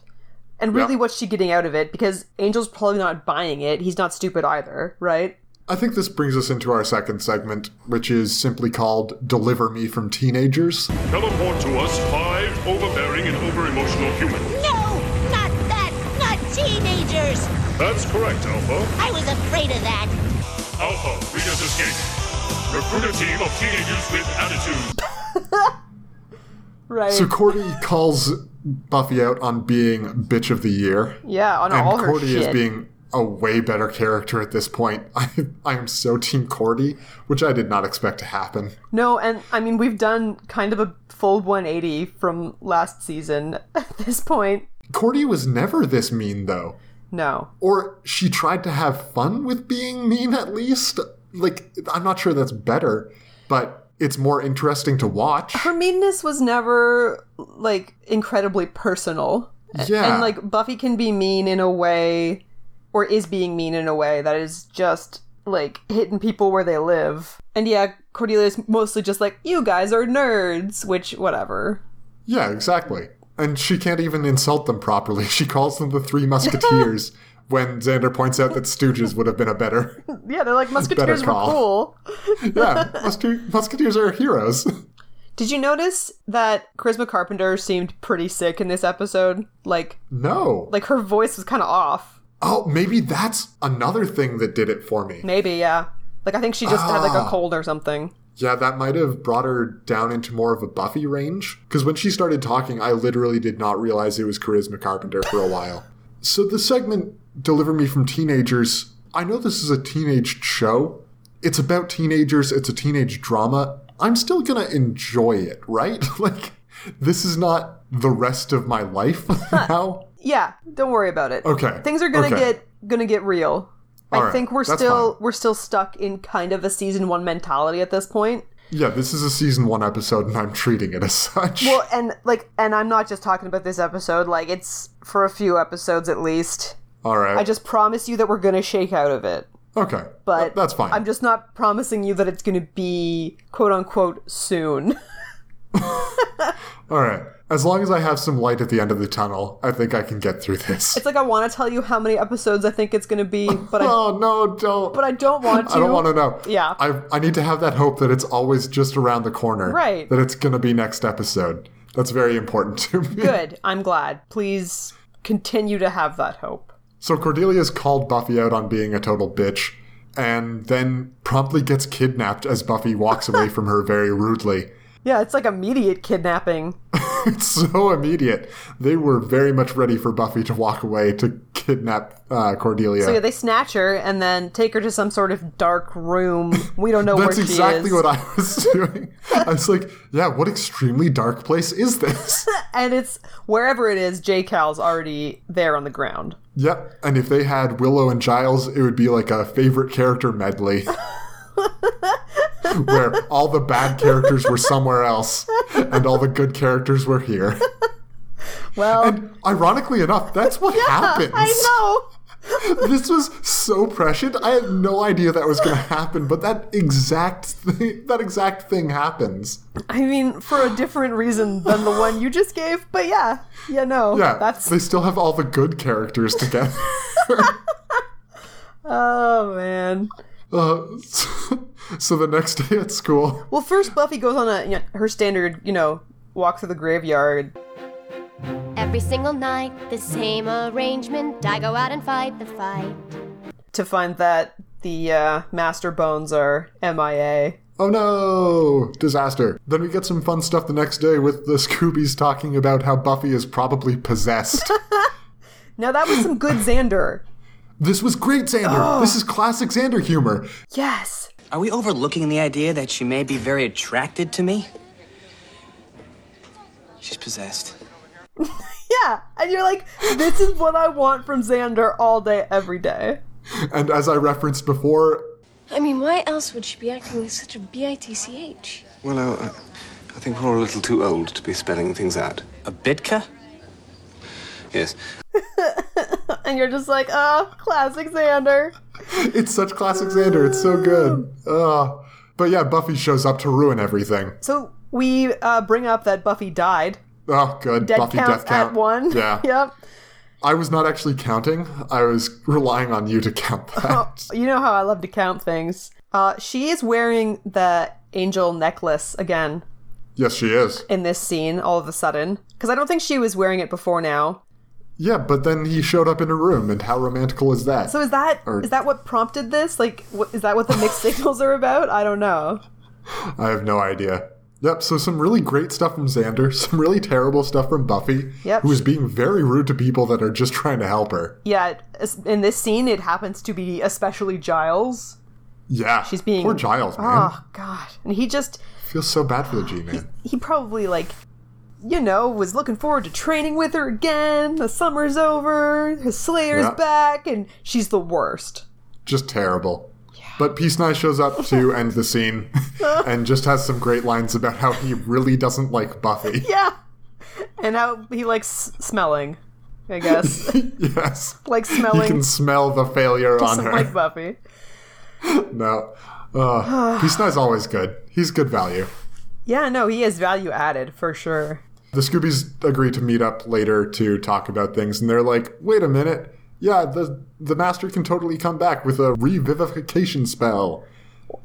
Speaker 1: And really,
Speaker 2: Yep.
Speaker 1: what's she getting out of it? Because Angel's probably not buying it. He's not stupid either, right?
Speaker 2: I think this brings us into our second segment, which is simply called Deliver Me from Teenagers.
Speaker 8: Teleport to us five overbearing and over emotional humans.
Speaker 3: No, not that, not teenagers.
Speaker 8: That's correct, Alpha.
Speaker 3: I was afraid of that.
Speaker 8: Alpha, we just escaped. Recruit a team of teenagers with attitude.
Speaker 1: Right.
Speaker 2: So Cordy calls Buffy out on being Bitch of the Year.
Speaker 1: yeah, on all
Speaker 2: and
Speaker 1: her
Speaker 2: Cordy
Speaker 1: shit.
Speaker 2: is being a way better character at this point. I, I am so Team Cordy, which I did not expect to happen.
Speaker 1: No, and I mean we've done kind of a full 180 from last season at this point.
Speaker 2: Cordy was never this mean, though.
Speaker 1: No.
Speaker 2: Or she tried to have fun with being mean, at least. Like, I'm not sure that's better, but it's more interesting to watch.
Speaker 1: her meanness was never like incredibly personal
Speaker 2: yeah.
Speaker 1: and like buffy can be mean in a way or is being mean in a way that is just like hitting people where they live and yeah cordelia's mostly just like you guys are nerds which whatever
Speaker 2: Yeah, exactly. And she can't even insult them properly. She calls them the Three Musketeers when Xander points out that Stooges would have been a better.
Speaker 1: yeah they're like musketeers were
Speaker 2: call.
Speaker 1: cool
Speaker 2: Yeah, Muske- Musketeers are heroes.
Speaker 1: did you notice that charisma carpenter seemed pretty sick in this episode like
Speaker 2: No.
Speaker 1: like her voice was kind of off
Speaker 2: Oh, maybe that's another thing that did it for me.
Speaker 1: maybe yeah like i think she just had
Speaker 2: Ah.
Speaker 1: like a cold or something
Speaker 2: Yeah, that might have brought her down into more of a Buffy range. Because when she started talking, I literally did not realize it was Charisma Carpenter for a while. So the segment Deliver Me from Teenagers, I know this is a teenage show. It's about teenagers, it's a teenage drama. I'm still gonna enjoy it, right? like, this is not the rest of my life now.
Speaker 1: Yeah, don't worry about it.
Speaker 2: Okay,
Speaker 1: Things are gonna
Speaker 2: okay.
Speaker 1: get gonna get real. I
Speaker 2: Alright,
Speaker 1: think we're
Speaker 2: that's
Speaker 1: still
Speaker 2: fine.
Speaker 1: we're still stuck in kind of a season one mentality at this point.
Speaker 2: Yeah, this is a season one episode and I'm treating it as such.
Speaker 1: Well, and like, and I'm not just talking about this episode. Like, it's for a few episodes at least.
Speaker 2: All right.
Speaker 1: I just promise you that we're gonna shake out of it.
Speaker 2: Okay.
Speaker 1: But
Speaker 2: that's fine.
Speaker 1: I'm just not promising you that it's gonna be quote unquote soon.
Speaker 2: All right. As long as I have some light at the end of the tunnel, I think I can get through this.
Speaker 1: it's like I want to tell you how many episodes I think it's gonna be, but I
Speaker 2: oh no, don't.
Speaker 1: but I don't want to.
Speaker 2: I don't want to know.
Speaker 1: Yeah.
Speaker 2: I I need to have that hope that it's always just around the corner.
Speaker 1: Right.
Speaker 2: That it's gonna be next episode. That's very important to me.
Speaker 1: Good. I'm glad. Please continue to have that hope.
Speaker 2: So Cordelia's called Buffy out on being a total bitch, and then promptly gets kidnapped as Buffy walks away from her very rudely.
Speaker 1: Yeah, it's like immediate kidnapping.
Speaker 2: it's so immediate. They were very much ready for Buffy to walk away to kidnap uh, Cordelia.
Speaker 1: So yeah, they snatch her and then take her to some sort of dark room. We don't know
Speaker 2: That's
Speaker 1: where
Speaker 2: exactly
Speaker 1: she is.
Speaker 2: what I was doing. I was like, yeah, what extremely dark place is this?
Speaker 1: and it's wherever it is, J Cal's already there on the ground.
Speaker 2: yep. And if they had Willow and Giles, it would be like a favorite character medley. where all the bad characters were somewhere else and all the good characters were here.
Speaker 1: Well,
Speaker 2: Ironically enough, that's what happens.
Speaker 1: I know.
Speaker 2: this was so prescient. I had no idea that was going to happen, but that exact thing, that exact thing happens.
Speaker 1: I mean, for a different reason than the one you just gave, but yeah, yeah, no,
Speaker 2: Yeah,
Speaker 1: that's
Speaker 2: they still have all the good characters together.
Speaker 1: oh man.
Speaker 2: uh, so, so the next day at school,
Speaker 1: Well, first Buffy goes on a you know, her standard, you know, walk through the graveyard.
Speaker 9: Every single night, the same arrangement. I go out and fight the fight.
Speaker 1: to find that the uh, master bones are MIA.
Speaker 2: oh no, disaster. Then we get some fun stuff the next day with the Scoobies talking about how Buffy is probably possessed.
Speaker 1: Now that was some good Xander.
Speaker 2: this was great, Xander.
Speaker 1: Oh.
Speaker 2: This is classic Xander humor.
Speaker 1: Yes.
Speaker 7: Are we overlooking the idea that she may be very attracted to me? She's possessed.
Speaker 1: Yeah. And you're like, this is what I want from Xander all day, every day.
Speaker 2: And as I referenced before,
Speaker 4: I mean, why else would she be acting like such a bitch?
Speaker 10: Well, I, I think we're all a little too old to be spelling things out.
Speaker 7: A bitka?
Speaker 10: Yes.
Speaker 1: And you're just like, oh, classic Xander.
Speaker 2: it's such classic Xander. It's so good. Uh, but yeah, Buffy shows up to ruin everything.
Speaker 1: So we uh, bring up that Buffy died.
Speaker 2: Oh, good.
Speaker 1: Dead
Speaker 2: Buffy
Speaker 1: counts
Speaker 2: death count.
Speaker 1: at one.
Speaker 2: Yeah.
Speaker 1: yep.
Speaker 2: I was not actually counting. I was relying on you to count that.
Speaker 1: You know how I love to count things. Uh, she is wearing the angel necklace again
Speaker 2: Yes, she is.
Speaker 1: in this scene all of a sudden. Because I don't think she was wearing it before now.
Speaker 2: Yeah, but then he showed up in a room, and how romantical is that?
Speaker 1: So is that is
Speaker 2: Or-
Speaker 1: that what prompted this? Like, wha- is that what the mixed signals are about? I don't know.
Speaker 2: I have no idea. Yep, so some really great stuff from Xander, some really terrible stuff from Buffy,
Speaker 1: Yep.
Speaker 2: who is being very rude to people that are just trying to help her.
Speaker 1: Yeah, it- as- in this scene, it happens to be especially Giles.
Speaker 2: Yeah.
Speaker 1: She's being
Speaker 2: Poor Giles, man.
Speaker 1: Oh God, and he just
Speaker 2: Feels so bad for the G Man.
Speaker 1: he probably like, you know, was looking forward to training with her again. The summer's over. His Slayer's
Speaker 2: Yeah.
Speaker 1: back, and she's the worst.
Speaker 2: Just terrible. But Peace Nye shows up to end the scene and just has some great lines about how he really doesn't like Buffy.
Speaker 1: Yeah, and how he likes s- smelling. I guess
Speaker 2: yes.
Speaker 1: like
Speaker 2: You
Speaker 1: smelling
Speaker 2: can smell the failure on
Speaker 1: doesn't
Speaker 2: her.
Speaker 1: like Buffy.
Speaker 2: No. Uh, Peace Nye's always good. He's good value.
Speaker 1: Yeah, no, he is value added for sure.
Speaker 2: The Scoobies agree to meet up later to talk about things, and they're like, wait a minute. Yeah, the, the Master can totally come back with a revivification spell.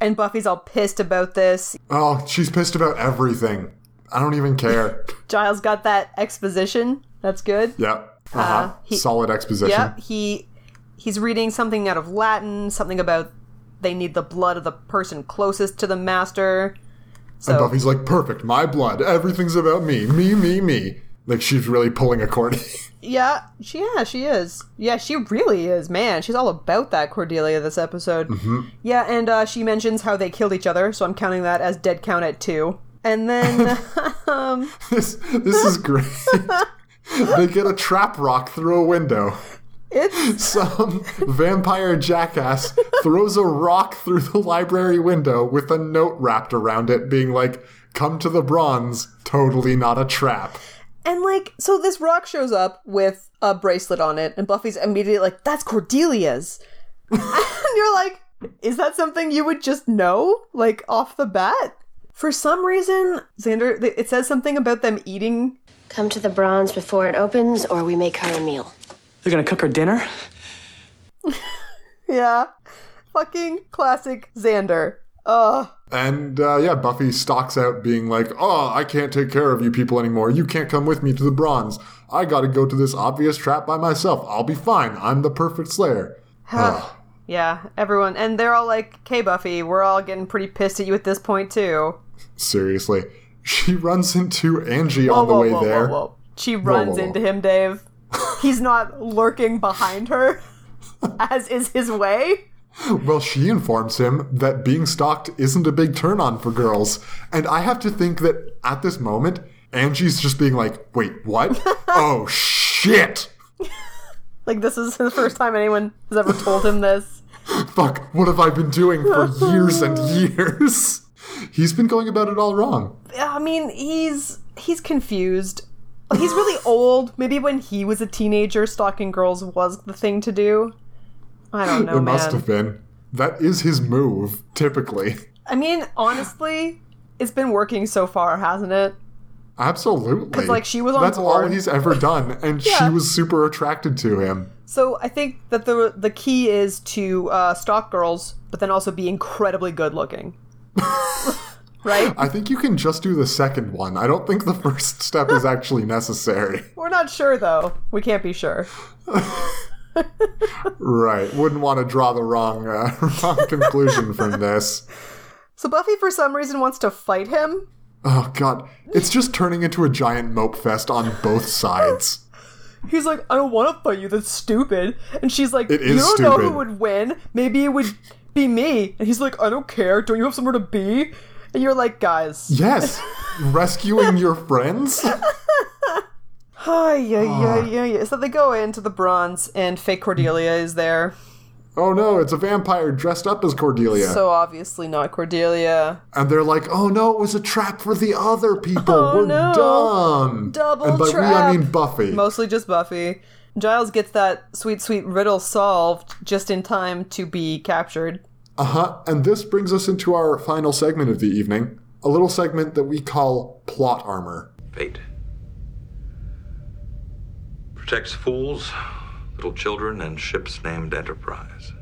Speaker 1: And Buffy's all pissed about this.
Speaker 2: Oh, she's pissed about everything. I don't even care.
Speaker 1: Giles got that exposition. That's good.
Speaker 2: yep. Uh-huh. Solid exposition.
Speaker 1: Yep. He he's reading something out of Latin, something about they need the blood of the person closest to the master. So
Speaker 2: And Buffy's like, perfect, my blood. Everything's about me. Me, me, me. Like, she's really pulling a Courtney.
Speaker 1: yeah, she yeah, she is. Yeah, she really is. Man, she's all about that Cordelia this episode. Yeah, and uh, she mentions how they killed each other, so I'm counting that as dead count at 2. And then
Speaker 2: this, this is great. they get a trap rock through a window.
Speaker 1: it's
Speaker 2: Some vampire jackass throws a rock through the library window with a note wrapped around it, being like, Come to the bronze, totally not a trap.
Speaker 1: And like, so this rock shows up with a bracelet on it, and Buffy's immediately like, "That's Cordelia's," and you're like, "Is that something you would just know, like off the bat?" For some reason, Xander, th- it says something about them eating.
Speaker 9: Come to the bronze before it opens, or we make her a meal.
Speaker 7: They're gonna cook her dinner?
Speaker 1: Yeah, fucking classic Xander. Ugh.
Speaker 2: And uh, yeah, Buffy stalks out, being like, "Oh, I can't take care of you people anymore. You can't come with me to the Bronze. I gotta go to this obvious trap by myself. I'll be fine. I'm the perfect Slayer." Ugh.
Speaker 1: Yeah, everyone, and they're all like, "Okay, Buffy, we're all getting pretty pissed at you at this point too."
Speaker 2: Seriously, She runs into Angie
Speaker 1: Whoa,
Speaker 2: on the
Speaker 1: whoa,
Speaker 2: way
Speaker 1: whoa,
Speaker 2: there.
Speaker 1: Whoa, whoa. She runs
Speaker 2: whoa, whoa.
Speaker 1: into him, Dave. He's not lurking behind her, as is his way.
Speaker 2: Well, she informs him that being stalked isn't a big turn on for girls. And I have to think that at this moment, Angie's just being like, wait, what? oh, shit!
Speaker 1: Like this is the first time anyone has ever told him this.
Speaker 2: Fuck, what have I been doing for years and years? He's been going about it all wrong.
Speaker 1: I mean, he's he's confused. He's really old. Maybe when he was a teenager, stalking girls was the thing to do. I don't know,
Speaker 2: it
Speaker 1: man.
Speaker 2: must have been. That is his move, typically.
Speaker 1: I mean, honestly, it's been working so far, hasn't it?
Speaker 2: Absolutely.
Speaker 1: 'Cause, like, she was on
Speaker 2: That's all
Speaker 1: board.
Speaker 2: he's ever done, and
Speaker 1: Yeah.
Speaker 2: she was super attracted to him.
Speaker 1: So I think that the the key is to uh, stalk girls, but then also be incredibly good looking, right?
Speaker 2: I think you can just do the second one. I don't think the first step is actually necessary.
Speaker 1: We're not sure though. We can't be sure.
Speaker 2: Right. Wouldn't want to draw the wrong uh, wrong conclusion from this.
Speaker 1: So Buffy, for some reason, wants to fight him.
Speaker 2: Oh god, it's just turning into a giant mope fest on both sides.
Speaker 1: He's like, I don't want to fight you. That's stupid. And she's like,
Speaker 2: It
Speaker 1: You
Speaker 2: is
Speaker 1: don't know who
Speaker 2: stupid.
Speaker 1: would win. Maybe it would be me. And he's like, I don't care. Don't you have somewhere to be? And you're like, guys,
Speaker 2: Yes, rescuing your friends.
Speaker 1: hi, yeah,
Speaker 2: Ah.
Speaker 1: yeah, yeah, yeah. So they go into the bronze, and fake Cordelia is there.
Speaker 2: Oh no, it's a vampire dressed up as Cordelia.
Speaker 1: So obviously not Cordelia.
Speaker 2: and they're like, "Oh no, it was a trap for the other people. We're
Speaker 1: Oh, no.
Speaker 2: dumb."
Speaker 1: Double
Speaker 2: and by we,
Speaker 1: trap.
Speaker 2: I mean Buffy.
Speaker 1: Mostly just Buffy. Giles gets that sweet, sweet riddle solved just in time to be captured.
Speaker 2: Uh huh. And this brings us into our final segment of the evening, a little segment that we call plot armor.
Speaker 10: Fate protects fools, little children, and ships named Enterprise.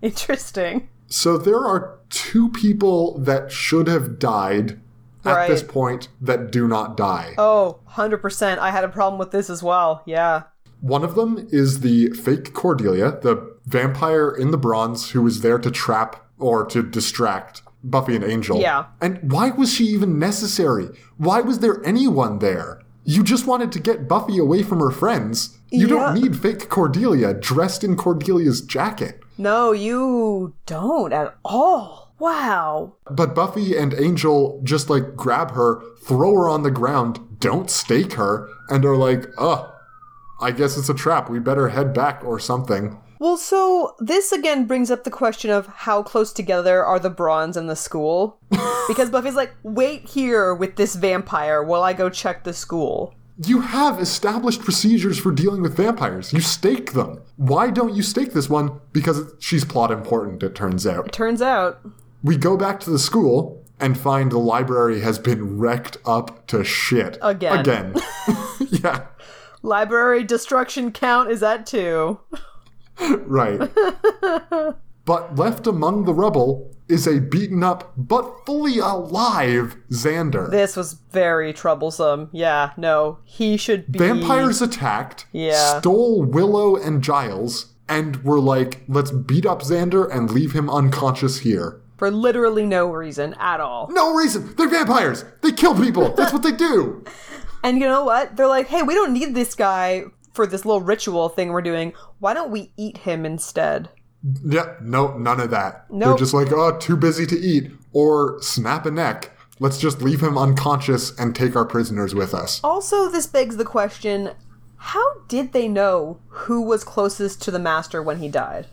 Speaker 1: Interesting.
Speaker 2: So there are two people that should have died
Speaker 1: Right.
Speaker 2: at this point that do not die.
Speaker 1: Oh, 100%. I had a problem with this as well. Yeah.
Speaker 2: One of them is the fake Cordelia, the vampire in the bronze who was there to trap or to distract Buffy and Angel.
Speaker 1: Yeah.
Speaker 2: And why was she even necessary? Why was there anyone there? You just wanted to get Buffy away from her friends. You don't
Speaker 1: Yeah.
Speaker 2: need fake Cordelia dressed in Cordelia's jacket.
Speaker 1: No, you don't at all. Wow.
Speaker 2: But Buffy and Angel just like grab her, throw her on the ground, don't stake her, and are like, ugh, I guess it's a trap. We better head back or something.
Speaker 1: Well, so this again brings up the question of how close together are the bronze and the school? because Buffy's like, wait here with this vampire while I go check the school.
Speaker 2: You have established procedures for dealing with vampires. You stake them. Why don't you stake this one? Because it- she's plot important, it turns out.
Speaker 1: Turns out,
Speaker 2: We go back to the school and find the library has been wrecked up to shit.
Speaker 1: Again.
Speaker 2: Again. yeah,
Speaker 1: library destruction count is at two.
Speaker 2: right. but left among the rubble is a beaten up but fully alive Xander.
Speaker 1: This was very troublesome. Yeah, no, he should be.
Speaker 2: Vampires attacked,
Speaker 1: Yeah.
Speaker 2: stole Willow and Giles, and were like, let's beat up Xander and leave him unconscious here.
Speaker 1: For literally no reason at all.
Speaker 2: No reason! They're vampires! They kill people! That's what they do!
Speaker 1: And you know what? They're like, hey, we don't need this guy for this little ritual thing we're doing. Why don't we eat him instead?
Speaker 2: Yep, no, none of that. They're
Speaker 1: Nope.
Speaker 2: just like, oh, too busy to eat, or snap a neck. Let's just leave him unconscious and take our prisoners with us.
Speaker 1: Also, this begs the question how did they know who was closest to the master when he died?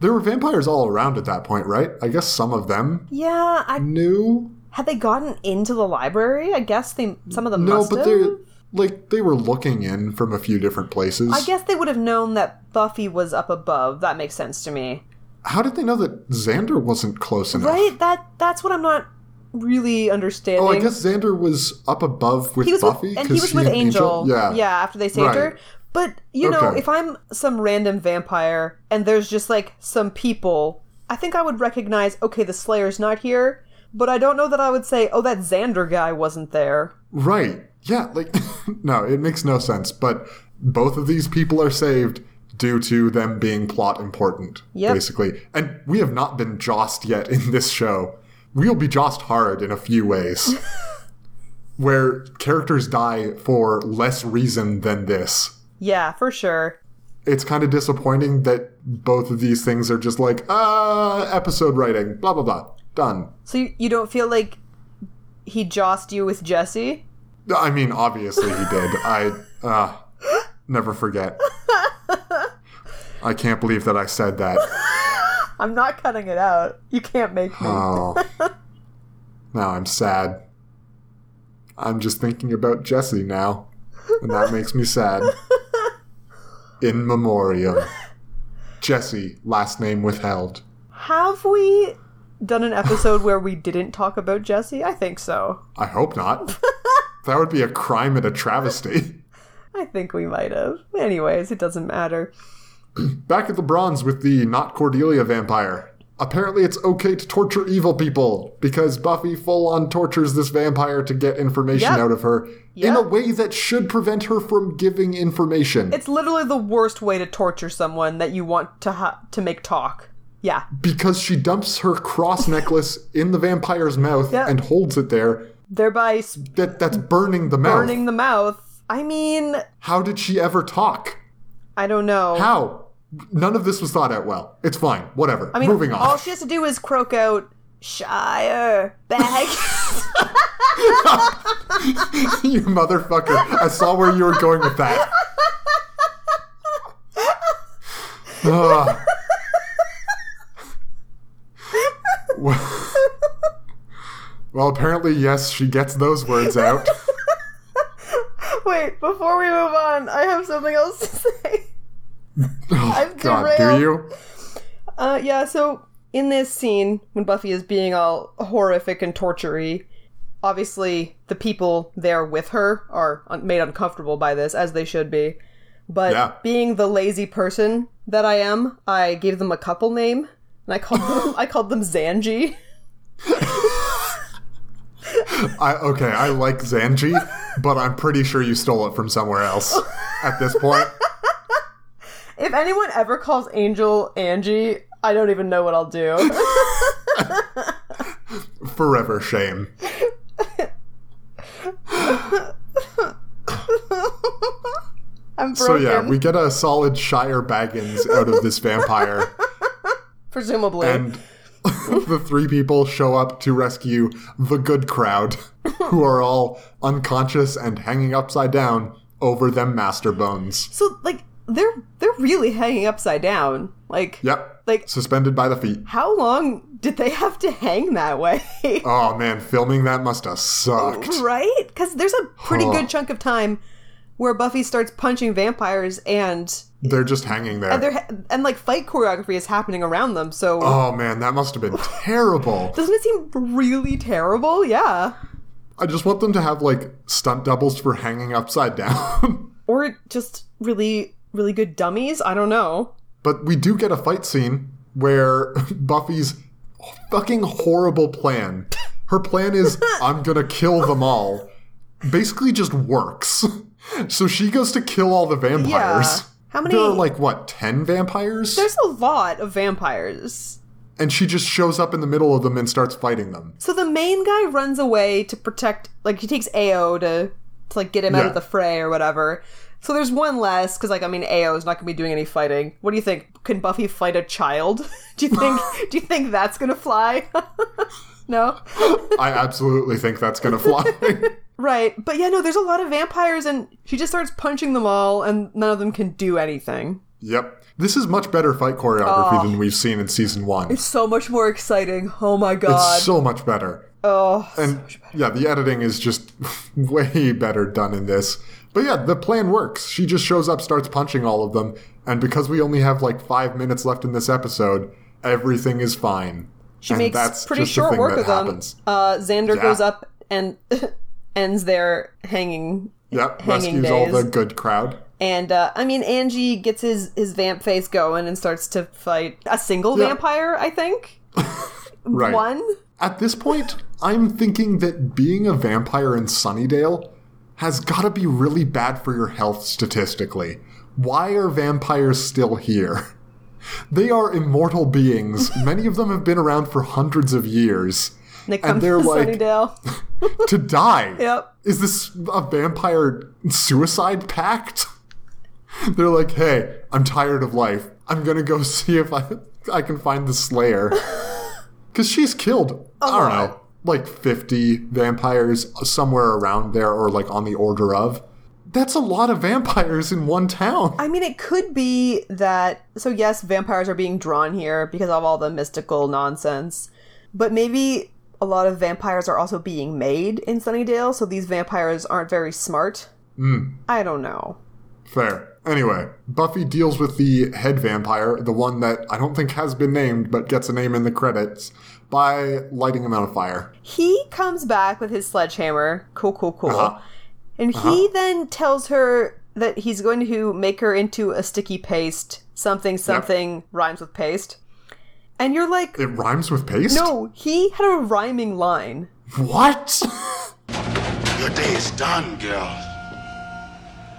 Speaker 2: There were vampires all around at that point, right? I guess some of them
Speaker 1: Yeah, I,
Speaker 2: knew.
Speaker 1: had they gotten into the library? I guess they some of them
Speaker 2: No,
Speaker 1: must
Speaker 2: but
Speaker 1: have.
Speaker 2: they like they were looking in from a few different places.
Speaker 1: I guess they would have known that Buffy was up above. That makes sense to me.
Speaker 2: How did they know that Xander wasn't close enough?
Speaker 1: Right? That that's what I'm not really understanding.
Speaker 2: Oh, I guess Xander was up above with
Speaker 1: he was
Speaker 2: Buffy
Speaker 1: with, and he
Speaker 2: 'cause
Speaker 1: was with
Speaker 2: and
Speaker 1: Angel.
Speaker 2: Yeah,
Speaker 1: after they saved
Speaker 2: Right.
Speaker 1: her. But you know,
Speaker 2: Okay.
Speaker 1: if I'm some random vampire and there's just like some people, I think I would recognize. Okay, the Slayer's not here, but I don't know that I would say, "Oh, that Xander guy wasn't there."
Speaker 2: Right. Yeah, like no, it makes no sense, but both of these people are saved. due to them being plot important,
Speaker 1: Yep.
Speaker 2: basically. And we have not been jossed yet in this show. We'll be jossed hard in a few ways, where characters die for less reason than this
Speaker 1: Yeah, for sure.
Speaker 2: it's kind of disappointing that both of these things are just like uh episode writing blah blah blah done
Speaker 1: So you, you don't feel like he jossed you with Jesse?
Speaker 2: i mean obviously he did i uh never forget i can't believe that i said that
Speaker 1: I'm not cutting it out. You can't make me.
Speaker 2: oh now i'm sad i'm just thinking about jesse now and that makes me sad in memoriam jesse last name withheld
Speaker 1: Have we done an episode where we didn't talk about Jesse? I think so.
Speaker 2: I hope not. that would be a crime and a travesty.
Speaker 1: I think we might have. Anyways, it doesn't matter.
Speaker 2: Back at the bronze with the not Cordelia vampire. Apparently, it's okay to torture evil people because Buffy full on tortures this vampire to get information
Speaker 1: Yep.
Speaker 2: out of her in a
Speaker 1: Yep.
Speaker 2: way that should prevent her from giving information
Speaker 1: It's literally the worst way to torture someone that you want to ha- to make talk. Yeah.
Speaker 2: because she dumps her cross necklace in the vampire's mouth
Speaker 1: Yep.
Speaker 2: and holds it there.
Speaker 1: Thereby
Speaker 2: That that's burning the mouth.
Speaker 1: burning the mouth. I mean,
Speaker 2: How did she ever talk?
Speaker 1: I don't know.
Speaker 2: How? None of this was thought out well. It's fine. Whatever.
Speaker 1: I mean,
Speaker 2: Moving on.
Speaker 1: All she has to do is croak out Shire bag.
Speaker 2: you motherfucker. I saw where you were going with that. Ugh. Well, well, apparently, yes, she gets those words out.
Speaker 1: Wait, before we move on, I have something else to say. I've
Speaker 2: Oh, God, do
Speaker 1: derailed.
Speaker 2: you?
Speaker 1: Uh, yeah, so in this scene, when Buffy is being all horrific and tortury, obviously the people there with her are un- made uncomfortable by this, as they should be. But
Speaker 2: Yeah.
Speaker 1: being the lazy person that I am, I gave them a couple name, and I called them, I called them Zanji.
Speaker 2: I, okay, I like Zanji, but I'm pretty sure you stole it from somewhere else at this point.
Speaker 1: If anyone ever calls Angel Angie, I don't even know what I'll do.
Speaker 2: Forever shame.
Speaker 1: I'm broken.
Speaker 2: So, yeah, we get a solid Shire Baggins out of this vampire.
Speaker 1: presumably.
Speaker 2: and the three people show up to rescue the good crowd, who are all unconscious and hanging upside down over them master bones.
Speaker 1: so like they're they're really hanging upside down. Like
Speaker 2: Yep.
Speaker 1: Like-
Speaker 2: suspended by the feet.
Speaker 1: how long did they have to hang that way?
Speaker 2: Oh man, filming that must have sucked.
Speaker 1: right? Because there's a pretty
Speaker 2: Huh.
Speaker 1: good chunk of time where Buffy starts punching vampires and
Speaker 2: They're just hanging there.
Speaker 1: and they're ha- and like fight choreography is happening around them. So
Speaker 2: oh man, that must have been terrible.
Speaker 1: doesn't it seem really terrible? Yeah.
Speaker 2: I just want them to have like stunt doubles for hanging upside down.
Speaker 1: Or just really really good dummies. I don't know.
Speaker 2: But we do get a fight scene where Buffy's fucking horrible plan. Her plan is I'm going to kill them all. Basically just works. So she goes to kill all the vampires.
Speaker 1: Yeah. How many?
Speaker 2: There are like what, 10 vampires?
Speaker 1: there's a lot of vampires.
Speaker 2: And she just shows up in the middle of them and starts fighting them.
Speaker 1: So the main guy runs away to protect, like he takes Ao to, to like get him out
Speaker 2: Yeah.
Speaker 1: of the fray or whatever. So there's one less because, like, I mean, Ao is not going to be doing any fighting. What do you think? Can Buffy fight a child? do you think? do you think that's going to fly? no,
Speaker 2: I absolutely think that's going to fly.
Speaker 1: right? But yeah, no. There's a lot of vampires, and she just starts punching them all, and none of them can do anything.
Speaker 2: yep. This is much better fight choreography than we've seen in season one. It's
Speaker 1: Oh. So much more exciting. Oh my god.
Speaker 2: so much better.
Speaker 1: oh,
Speaker 2: And yeah, the editing is just way better done in this. But yeah, the plan works. She just shows up, starts punching all of them, and because we only have like five minutes left in this episode, everything is fine.
Speaker 1: She makes pretty short work of them. Uh, Xander
Speaker 2: Yeah.
Speaker 1: goes up and ends their hanging,
Speaker 2: Yep,
Speaker 1: hanging
Speaker 2: rescues all the
Speaker 1: days.
Speaker 2: good crowd.
Speaker 1: and uh, I mean Angie gets his his vamp face going and starts to fight a single
Speaker 2: Yeah.
Speaker 1: vampire. I think
Speaker 2: Right.
Speaker 1: one.
Speaker 2: At this point, I'm thinking that being a vampire in Sunnydale has got to be really bad for your health statistically. Why are vampires still here? They are immortal beings. Many of them have been around for hundreds of years.
Speaker 1: They come
Speaker 2: they're
Speaker 1: to
Speaker 2: like-
Speaker 1: Sunnydale.
Speaker 2: To die.
Speaker 1: Yep.
Speaker 2: Is this a vampire suicide pact? They're like, hey, I'm tired of life. I'm gonna go see if I I can find the Slayer. Cause she's killed, I don't know, like fifty vampires somewhere around there or like on the order of. That's a lot of vampires in one town.
Speaker 1: I mean, it could be that. So, yes, vampires are being drawn here because of all the mystical nonsense. But maybe a lot of vampires are also being made in Sunnydale, so these vampires aren't very smart.
Speaker 2: Hmm.
Speaker 1: I don't know.
Speaker 2: Fair. Anyway, Buffy deals with the head vampire, the one that I don't think has been named but gets a name in the credits, by lighting him on fire.
Speaker 1: He comes back with his sledgehammer. Cool, cool, cool.
Speaker 2: Uh-huh.
Speaker 1: And he then tells her that he's going to make her into a sticky paste. Something, something rhymes with paste. And you're like,
Speaker 2: It rhymes with paste?
Speaker 1: no, he had a rhyming line.
Speaker 2: What?
Speaker 8: Your day is done, girl.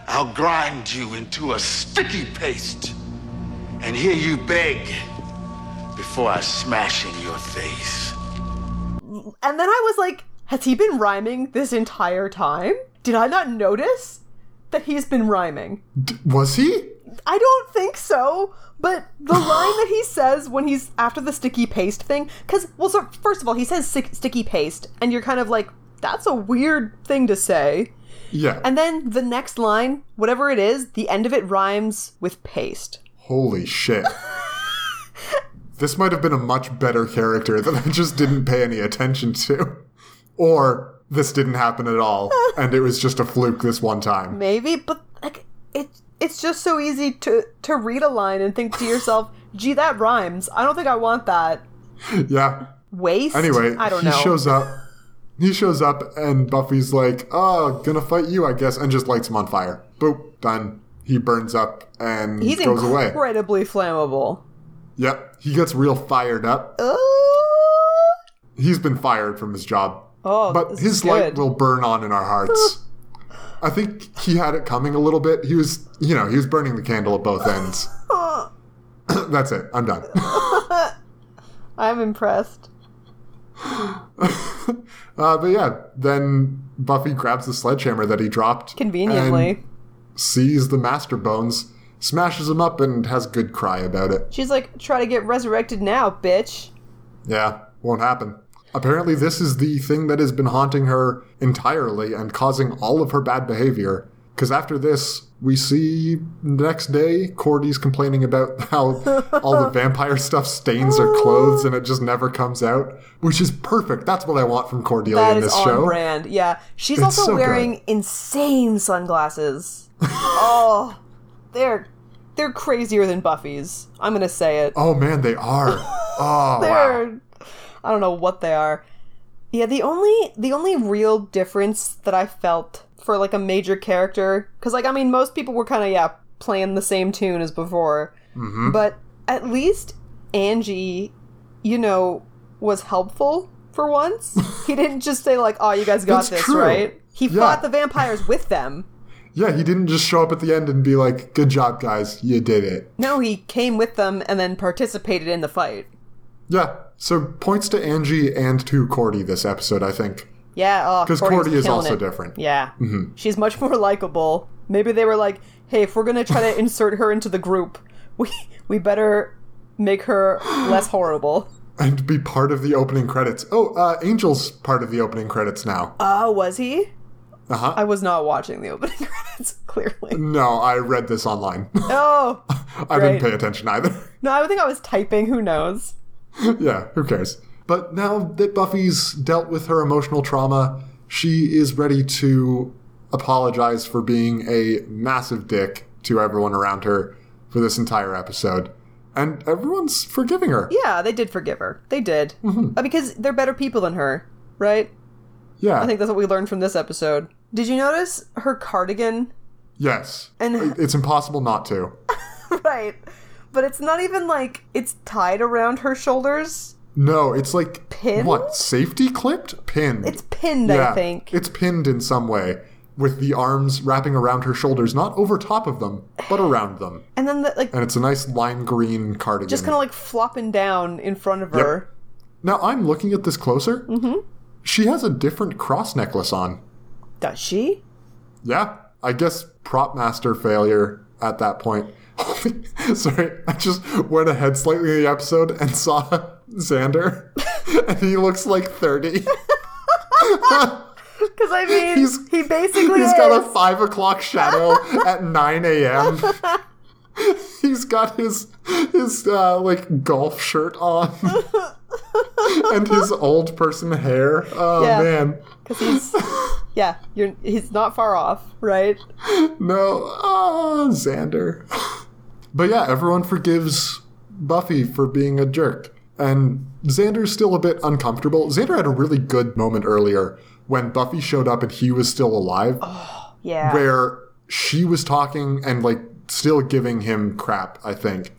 Speaker 8: I'll grind you into a sticky paste. And here you beg before I smash in your face.
Speaker 1: And then I was like, has he been rhyming this entire time? Did I not notice that he's been rhyming?
Speaker 2: D- was he?
Speaker 1: I don't think so, but the line that he says when he's after the sticky paste thing, because, well, so first of all, he says sick, sticky paste, and you're kind of like, that's a weird thing to say.
Speaker 2: Yeah.
Speaker 1: And then the next line, whatever it is, the end of it rhymes with paste.
Speaker 2: Holy shit. this might have been a much better character that I just didn't pay any attention to. Or this didn't happen at all, and it was just a fluke this one time.
Speaker 1: Maybe, but like it it's just so easy to to read a line and think to yourself, gee, that rhymes. I don't think I want that.
Speaker 2: Yeah.
Speaker 1: Waste.
Speaker 2: Anyway,
Speaker 1: I don't
Speaker 2: he
Speaker 1: know.
Speaker 2: shows up. He shows up, and Buffy's like, "Oh, gonna fight you, I guess," and just lights him on fire. Boop, done. He burns up and
Speaker 1: He's
Speaker 2: goes away.
Speaker 1: incredibly flammable. Uh,
Speaker 2: Yep, he gets real fired up.
Speaker 1: Oh,
Speaker 2: He's been fired from his job,
Speaker 1: oh
Speaker 2: but
Speaker 1: this
Speaker 2: his
Speaker 1: is
Speaker 2: light
Speaker 1: good.
Speaker 2: will burn on in our hearts. I think he had it coming a little bit. He was, you know, he was burning the candle at both ends. That's it. I'm done.
Speaker 1: I'm impressed.
Speaker 2: Uh, but yeah, then Buffy grabs the sledgehammer that he dropped
Speaker 1: Conveniently.
Speaker 2: and sees the master bones, smashes him up, and has good cry about it.
Speaker 1: She's like, try to get resurrected now, bitch.
Speaker 2: Yeah, won't happen. Apparently, this is the thing that has been haunting her entirely and causing all of her bad behavior. Because after this, we see the next day Cordy's complaining about how all the vampire stuff stains her clothes and it just never comes out, which is perfect. That's what I want from Cordelia
Speaker 1: That is
Speaker 2: in this
Speaker 1: on
Speaker 2: show.
Speaker 1: brand. Yeah. She's
Speaker 2: It's
Speaker 1: also
Speaker 2: so
Speaker 1: wearing insane sunglasses. oh, they're they're crazier than Buffy's. I'm gonna say it.
Speaker 2: Oh man, they are. Oh, wow.
Speaker 1: they're I don't know what they are. Yeah, the only the only real difference that I felt for like a major character cuz like I mean most people were kind of yeah playing the same tune as before.
Speaker 2: Mm-hmm.
Speaker 1: But at least Angie, you know, was helpful for once. he didn't just say like, "Oh, you guys got
Speaker 2: That's
Speaker 1: this,"
Speaker 2: true.
Speaker 1: right? He
Speaker 2: Yeah.
Speaker 1: fought the vampires with them.
Speaker 2: Yeah, he didn't just show up at the end and be like, "Good job, guys, you did it."
Speaker 1: No, he came with them and then participated in the fight.
Speaker 2: Yeah. So points to Angie and to Cordy this episode, I think,
Speaker 1: Yeah, oh,
Speaker 2: because
Speaker 1: Cordy was
Speaker 2: Cordy is
Speaker 1: killing
Speaker 2: also
Speaker 1: it.
Speaker 2: different. Mm-hmm.
Speaker 1: Yeah. She's much more likable. Maybe they were like, hey, if we're going to try to insert her into the group, we, we better make her less horrible.
Speaker 2: And be part of the opening credits. Oh, uh, Angel's part of the opening credits now.
Speaker 1: Oh, was he?
Speaker 2: Uh huh.
Speaker 1: I was not watching the opening credits, clearly.
Speaker 2: no, I read this online.
Speaker 1: Oh.
Speaker 2: I didn't
Speaker 1: Great.
Speaker 2: pay attention either.
Speaker 1: No, I think I was typing. Who knows?
Speaker 2: yeah, who cares? But now that Buffy's dealt with her emotional trauma, she is ready to apologize for being a massive dick to everyone around her for this entire episode. And everyone's forgiving her.
Speaker 1: Yeah, they did forgive her. They did.
Speaker 2: Mm-hmm.
Speaker 1: Uh, Because they're better people than her, right?
Speaker 2: Yeah.
Speaker 1: I think that's what we learned from this episode. Did you notice her cardigan?
Speaker 2: yes.
Speaker 1: And-
Speaker 2: it's impossible not to.
Speaker 1: right. But it's not even like it's tied around her shoulders.
Speaker 2: No, it's like
Speaker 1: Pinned?
Speaker 2: what? Safety clipped? Pinned.
Speaker 1: It's pinned, I think.
Speaker 2: It's pinned in some way. with the arms wrapping around her shoulders, not over top of them, but around them.
Speaker 1: And then, the, like,
Speaker 2: And it's a nice lime green cardigan.
Speaker 1: just kind of like flopping down in front of her.
Speaker 2: now I'm looking at this closer. Mm-hmm. She has a different cross necklace on.
Speaker 1: Does she?
Speaker 2: Yeah, I guess prop master failure at that point. Sorry, I just went ahead slightly in the episode and saw Xander, and he looks like thirty.
Speaker 1: Because I mean,
Speaker 2: He's-
Speaker 1: he basically
Speaker 2: He's
Speaker 1: is.
Speaker 2: got a five o'clock shadow at nine a.m. He's got his his uh, like golf shirt on and his old person hair. Oh
Speaker 1: Yeah.
Speaker 2: man,
Speaker 1: 'Cause he's, yeah, you're, he's not far off, right?
Speaker 2: no, ah, Xander. But yeah, everyone forgives Buffy for being a jerk, and Xander's still a bit uncomfortable. Xander had a really good moment earlier when Buffy showed up and he was still alive.
Speaker 1: Yeah.
Speaker 2: where she was talking and like still giving him crap, I think.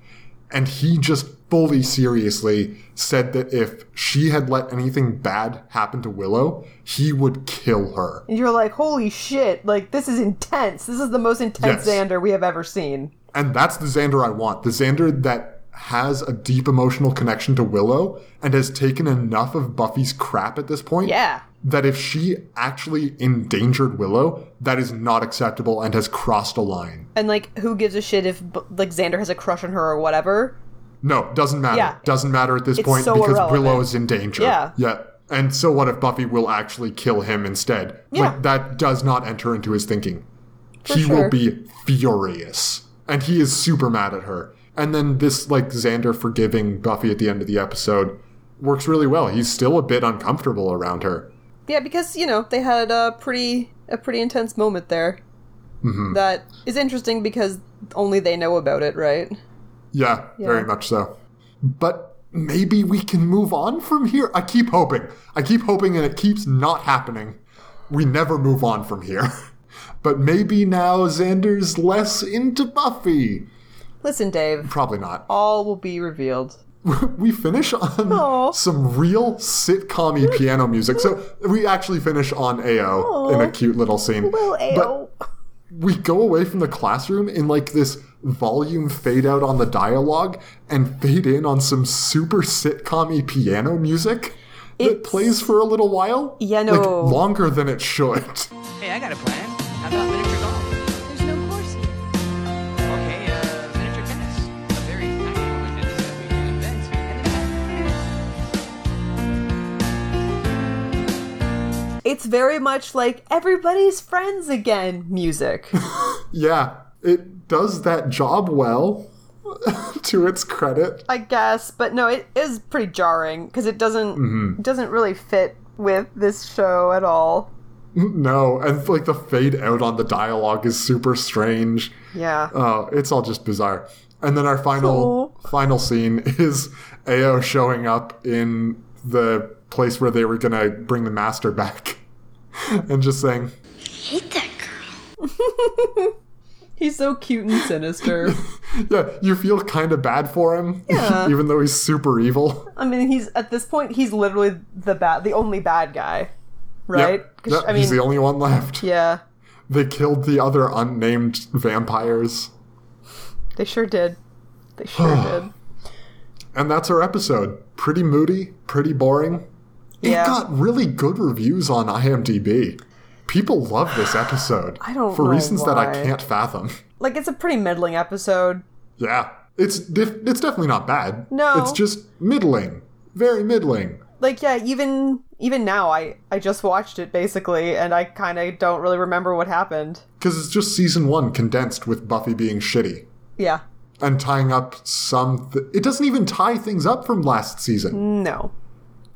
Speaker 2: And he just fully seriously said that if she had let anything bad happen to Willow, he would kill her.
Speaker 1: And you're like, holy shit, like, this is intense. This is the most intense
Speaker 2: Yes.
Speaker 1: Xander we have ever seen.
Speaker 2: And that's the Xander I want. The Xander that has a deep emotional connection to Willow and has taken enough of Buffy's crap at this point.
Speaker 1: Yeah.
Speaker 2: That if she actually endangered Willow, that is not acceptable and has crossed a line.
Speaker 1: And, like, who gives a shit if, b- like, Xander has a crush on her or whatever?
Speaker 2: No, doesn't matter.
Speaker 1: Yeah.
Speaker 2: Doesn't matter at this
Speaker 1: It's
Speaker 2: point
Speaker 1: so
Speaker 2: because
Speaker 1: irrelevant.
Speaker 2: Willow is in danger.
Speaker 1: Yeah.
Speaker 2: Yeah. And so what if Buffy will actually kill him instead?
Speaker 1: Yeah.
Speaker 2: Like that does not enter into his thinking. he
Speaker 1: sure.
Speaker 2: will be furious. And he is super mad at her. And then this like Xander forgiving Buffy at the end of the episode works really well. He's still a bit uncomfortable around her.
Speaker 1: Yeah, because, you know, they had a pretty, a pretty intense moment there.
Speaker 2: Mm-hmm.
Speaker 1: That is interesting because only they know about it, right?
Speaker 2: Yeah, very much so. But maybe we can move on from here. I keep hoping. I keep hoping, and it keeps not happening. We never move on from here. But maybe now Xander's less into Buffy.
Speaker 1: Listen, Dave,
Speaker 2: Probably not.
Speaker 1: all will be revealed.
Speaker 2: We finish on
Speaker 1: Aw.
Speaker 2: some real sitcom y piano music. So we actually finish on AO in a cute little scene.
Speaker 1: Well,
Speaker 2: But
Speaker 1: Ao.
Speaker 2: we go away from the classroom in like this volume fade out on the dialogue and fade in on some super sitcom piano music that
Speaker 1: It's-
Speaker 2: plays for a little while.
Speaker 1: Yeah, no.
Speaker 2: Like longer than it should.
Speaker 7: Hey, I got a plan. How about miniature golf?
Speaker 4: There's no course here.
Speaker 7: Okay, uh, miniature tennis. A very tactical business that we can invent. And then-
Speaker 1: It's very much like everybody's friends again music.
Speaker 2: Yeah, it does that job well to its credit.
Speaker 1: I guess, but no, it is pretty jarring because it doesn't
Speaker 2: Mm-hmm.
Speaker 1: it doesn't really fit with this show at all.
Speaker 2: No, and like the fade out on the dialogue is super strange.
Speaker 1: Yeah.
Speaker 2: Oh, it's all just bizarre. And then our final final scene is Ao showing up in the place where they were gonna bring the master back, and just saying,
Speaker 4: hate that girl.
Speaker 1: He's so cute and sinister.
Speaker 2: "Yeah, you feel kind of bad for him, even though he's super evil."
Speaker 1: I mean, he's at this point he's literally the bad the only bad guy, right?
Speaker 2: Yep.
Speaker 1: 'Cause,
Speaker 2: Yep,
Speaker 1: I
Speaker 2: he's
Speaker 1: mean,
Speaker 2: the only one left.
Speaker 1: yeah,
Speaker 2: They killed the other unnamed vampires,
Speaker 1: they sure did. They sure did.
Speaker 2: and that's our episode. Pretty moody, pretty boring.
Speaker 1: Yeah.
Speaker 2: It got really good reviews on IMDb. People love this episode.
Speaker 1: I don't
Speaker 2: for
Speaker 1: know
Speaker 2: reasons that
Speaker 1: why.
Speaker 2: I can't fathom.
Speaker 1: Like it's a pretty middling episode.
Speaker 2: Yeah, it's def- it's definitely not bad.
Speaker 1: No.
Speaker 2: it's just middling, very middling.
Speaker 1: like yeah even even now i i just watched it basically and i kind of don't really remember what happened
Speaker 2: Because it's just season one condensed with Buffy being shitty
Speaker 1: yeah
Speaker 2: and tying up some. Th- it doesn't even tie things up from last season.
Speaker 1: no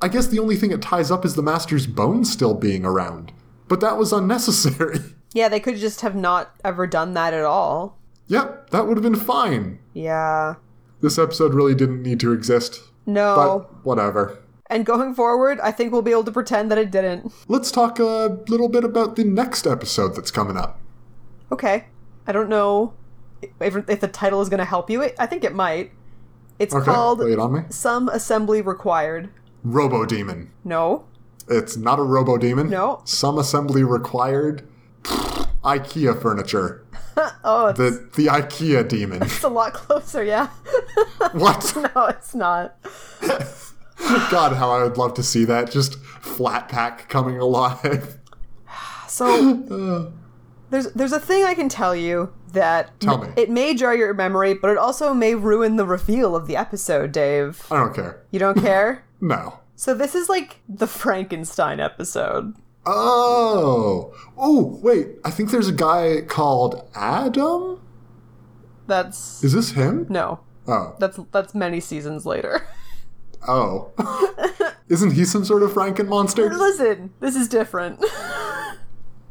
Speaker 2: I guess the only thing it ties up is the Master's bone still being around, but that was unnecessary.
Speaker 1: yeah they could just have not ever done that at all
Speaker 2: yep, that would have been fine.
Speaker 1: yeah
Speaker 2: This episode really didn't need to exist,
Speaker 1: no
Speaker 2: but whatever.
Speaker 1: and going forward i think we'll be able to pretend that it didn't
Speaker 2: Let's talk a little bit about the next episode that's coming up.
Speaker 1: okay i don't know if, if the title is going to help you i think it might it's
Speaker 2: Okay,
Speaker 1: called
Speaker 2: wait on me.
Speaker 1: some assembly required
Speaker 2: Robo Demon.
Speaker 1: no
Speaker 2: It's not a robo demon.
Speaker 1: No.
Speaker 2: Some assembly required. IKEA furniture.
Speaker 1: Oh, it's,
Speaker 2: The the IKEA demon.
Speaker 1: it's a lot closer, yeah.
Speaker 2: what?
Speaker 1: no, it's not.
Speaker 2: God, how I would love to see that. Just flat pack coming alive.
Speaker 1: So there's there's a thing I can tell you that
Speaker 2: Tell me.
Speaker 1: it may jar your memory, but it also may ruin the reveal of the episode, Dave.
Speaker 2: I don't care.
Speaker 1: You don't care?
Speaker 2: No.
Speaker 1: so this is like the Frankenstein episode.
Speaker 2: Oh. Oh, wait. I think there's a guy called Adam?
Speaker 1: That's
Speaker 2: Is this him?
Speaker 1: no.
Speaker 2: Oh.
Speaker 1: That's that's many seasons later.
Speaker 2: Oh. Isn't he some sort of Franken monster?
Speaker 1: Listen, this is different.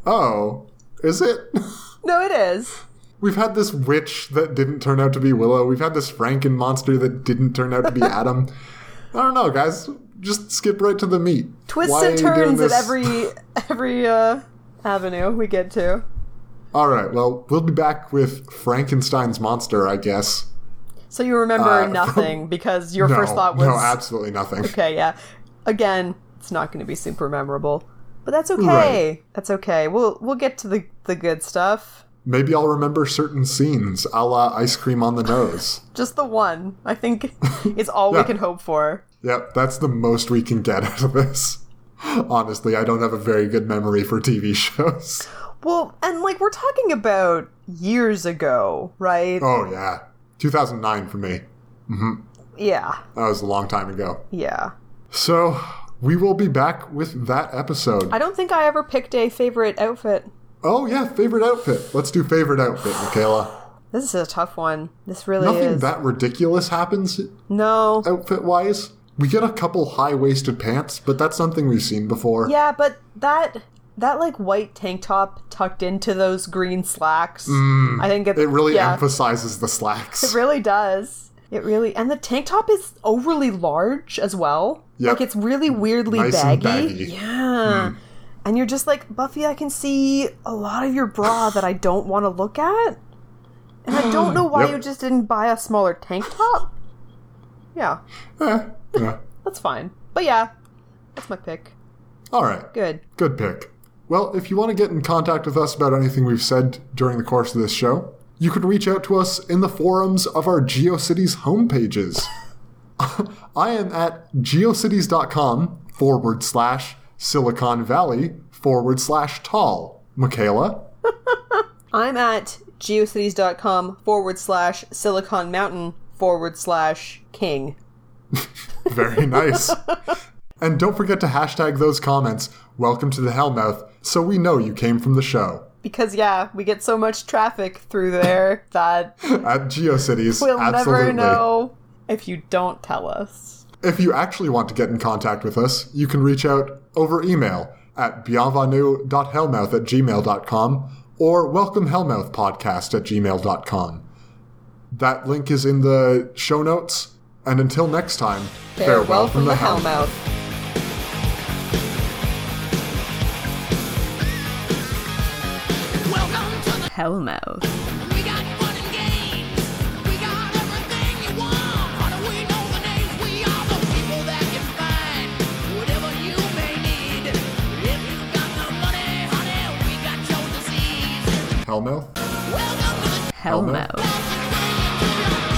Speaker 2: Oh. Is it?
Speaker 1: no, it is.
Speaker 2: We've had this witch that didn't turn out to be Willow. We've had this Franken monster that didn't turn out to be Adam. I don't know, guys. Just skip right to the meat.
Speaker 1: Twists
Speaker 2: Why are
Speaker 1: and
Speaker 2: you doing
Speaker 1: turns at
Speaker 2: this?
Speaker 1: every every uh, avenue we get to.
Speaker 2: All right. Well, we'll be back with Frankenstein's monster, I guess.
Speaker 1: So you remember
Speaker 2: Uh,
Speaker 1: nothing because your
Speaker 2: No,
Speaker 1: first thought was
Speaker 2: no, absolutely nothing.
Speaker 1: Okay, yeah. Again, it's not going to be super memorable, but that's okay.
Speaker 2: Right.
Speaker 1: That's okay. We'll we'll get to the the good stuff.
Speaker 2: Maybe I'll remember certain scenes, a la ice cream on the nose.
Speaker 1: Just the one. I think is all we
Speaker 2: Yeah.
Speaker 1: can hope for.
Speaker 2: yep, that's the most we can get out of this. Honestly, I don't have a very good memory for TV shows.
Speaker 1: Well, and like we're talking about years ago, right?
Speaker 2: Oh yeah, 2009 for me.
Speaker 1: Yeah.
Speaker 2: That was a long time ago.
Speaker 1: Yeah.
Speaker 2: So we will be back with that episode.
Speaker 1: I don't think I ever picked a favorite outfit.
Speaker 2: oh yeah, favorite outfit. Let's do favorite outfit, Michaela.
Speaker 1: This is a tough one. This really
Speaker 2: Nothing
Speaker 1: is.
Speaker 2: that ridiculous happens
Speaker 1: no.
Speaker 2: outfit wise. We get a couple high waisted pants, but that's something we've seen before.
Speaker 1: Yeah, but that that like white tank top tucked into those green slacks. I think it's,
Speaker 2: Mm. It really
Speaker 1: yeah.
Speaker 2: emphasizes the slacks.
Speaker 1: It really does. It really and the tank top is overly large as well.
Speaker 2: Yep. Mm,
Speaker 1: Like it's really weirdly
Speaker 2: Nice and
Speaker 1: baggy.
Speaker 2: baggy.
Speaker 1: Yeah. And you're just like, Buffy, I can see a lot of your bra that I don't want to look at. And I don't know why
Speaker 2: Yep.
Speaker 1: you just didn't buy a smaller tank top. Yeah,
Speaker 2: Eh, yeah.
Speaker 1: that's fine. But yeah, that's my pick.
Speaker 2: All right.
Speaker 1: Good.
Speaker 2: Good pick. Well, if you want to get in contact with us about anything we've said during the course of this show, you can reach out to us in the forums of our GeoCities homepages. I am at geocities.com forward slash Silicon Valley forward slash tall. Michaela?
Speaker 1: I'm at geocities.com forward slash Silicon Mountain forward slash King.
Speaker 2: Very nice. and don't forget to hashtag those comments, welcome to the Hellmouth, so we know you came from the show.
Speaker 1: Because yeah, we get so much traffic through there that
Speaker 2: At GeoCities,
Speaker 1: We'll
Speaker 2: absolutely.
Speaker 1: never know if you don't tell us.
Speaker 2: If you actually want to get in contact with us, you can reach out over email at bienvenue.hellmouth at gmail.com or welcomehellmouthpodcast at gmail.com. That link is in the show notes. And until next time,
Speaker 1: Hellmouth.
Speaker 3: Welcome to the
Speaker 1: Hellmouth.
Speaker 3: We got fun and games. We got everything you want. How do we know the names? We are the people that can find whatever you may need. If you got the money, honey, we got your disease.
Speaker 2: Hellmouth?
Speaker 3: Welcome to the
Speaker 2: Hellmouth?
Speaker 3: Welcome to your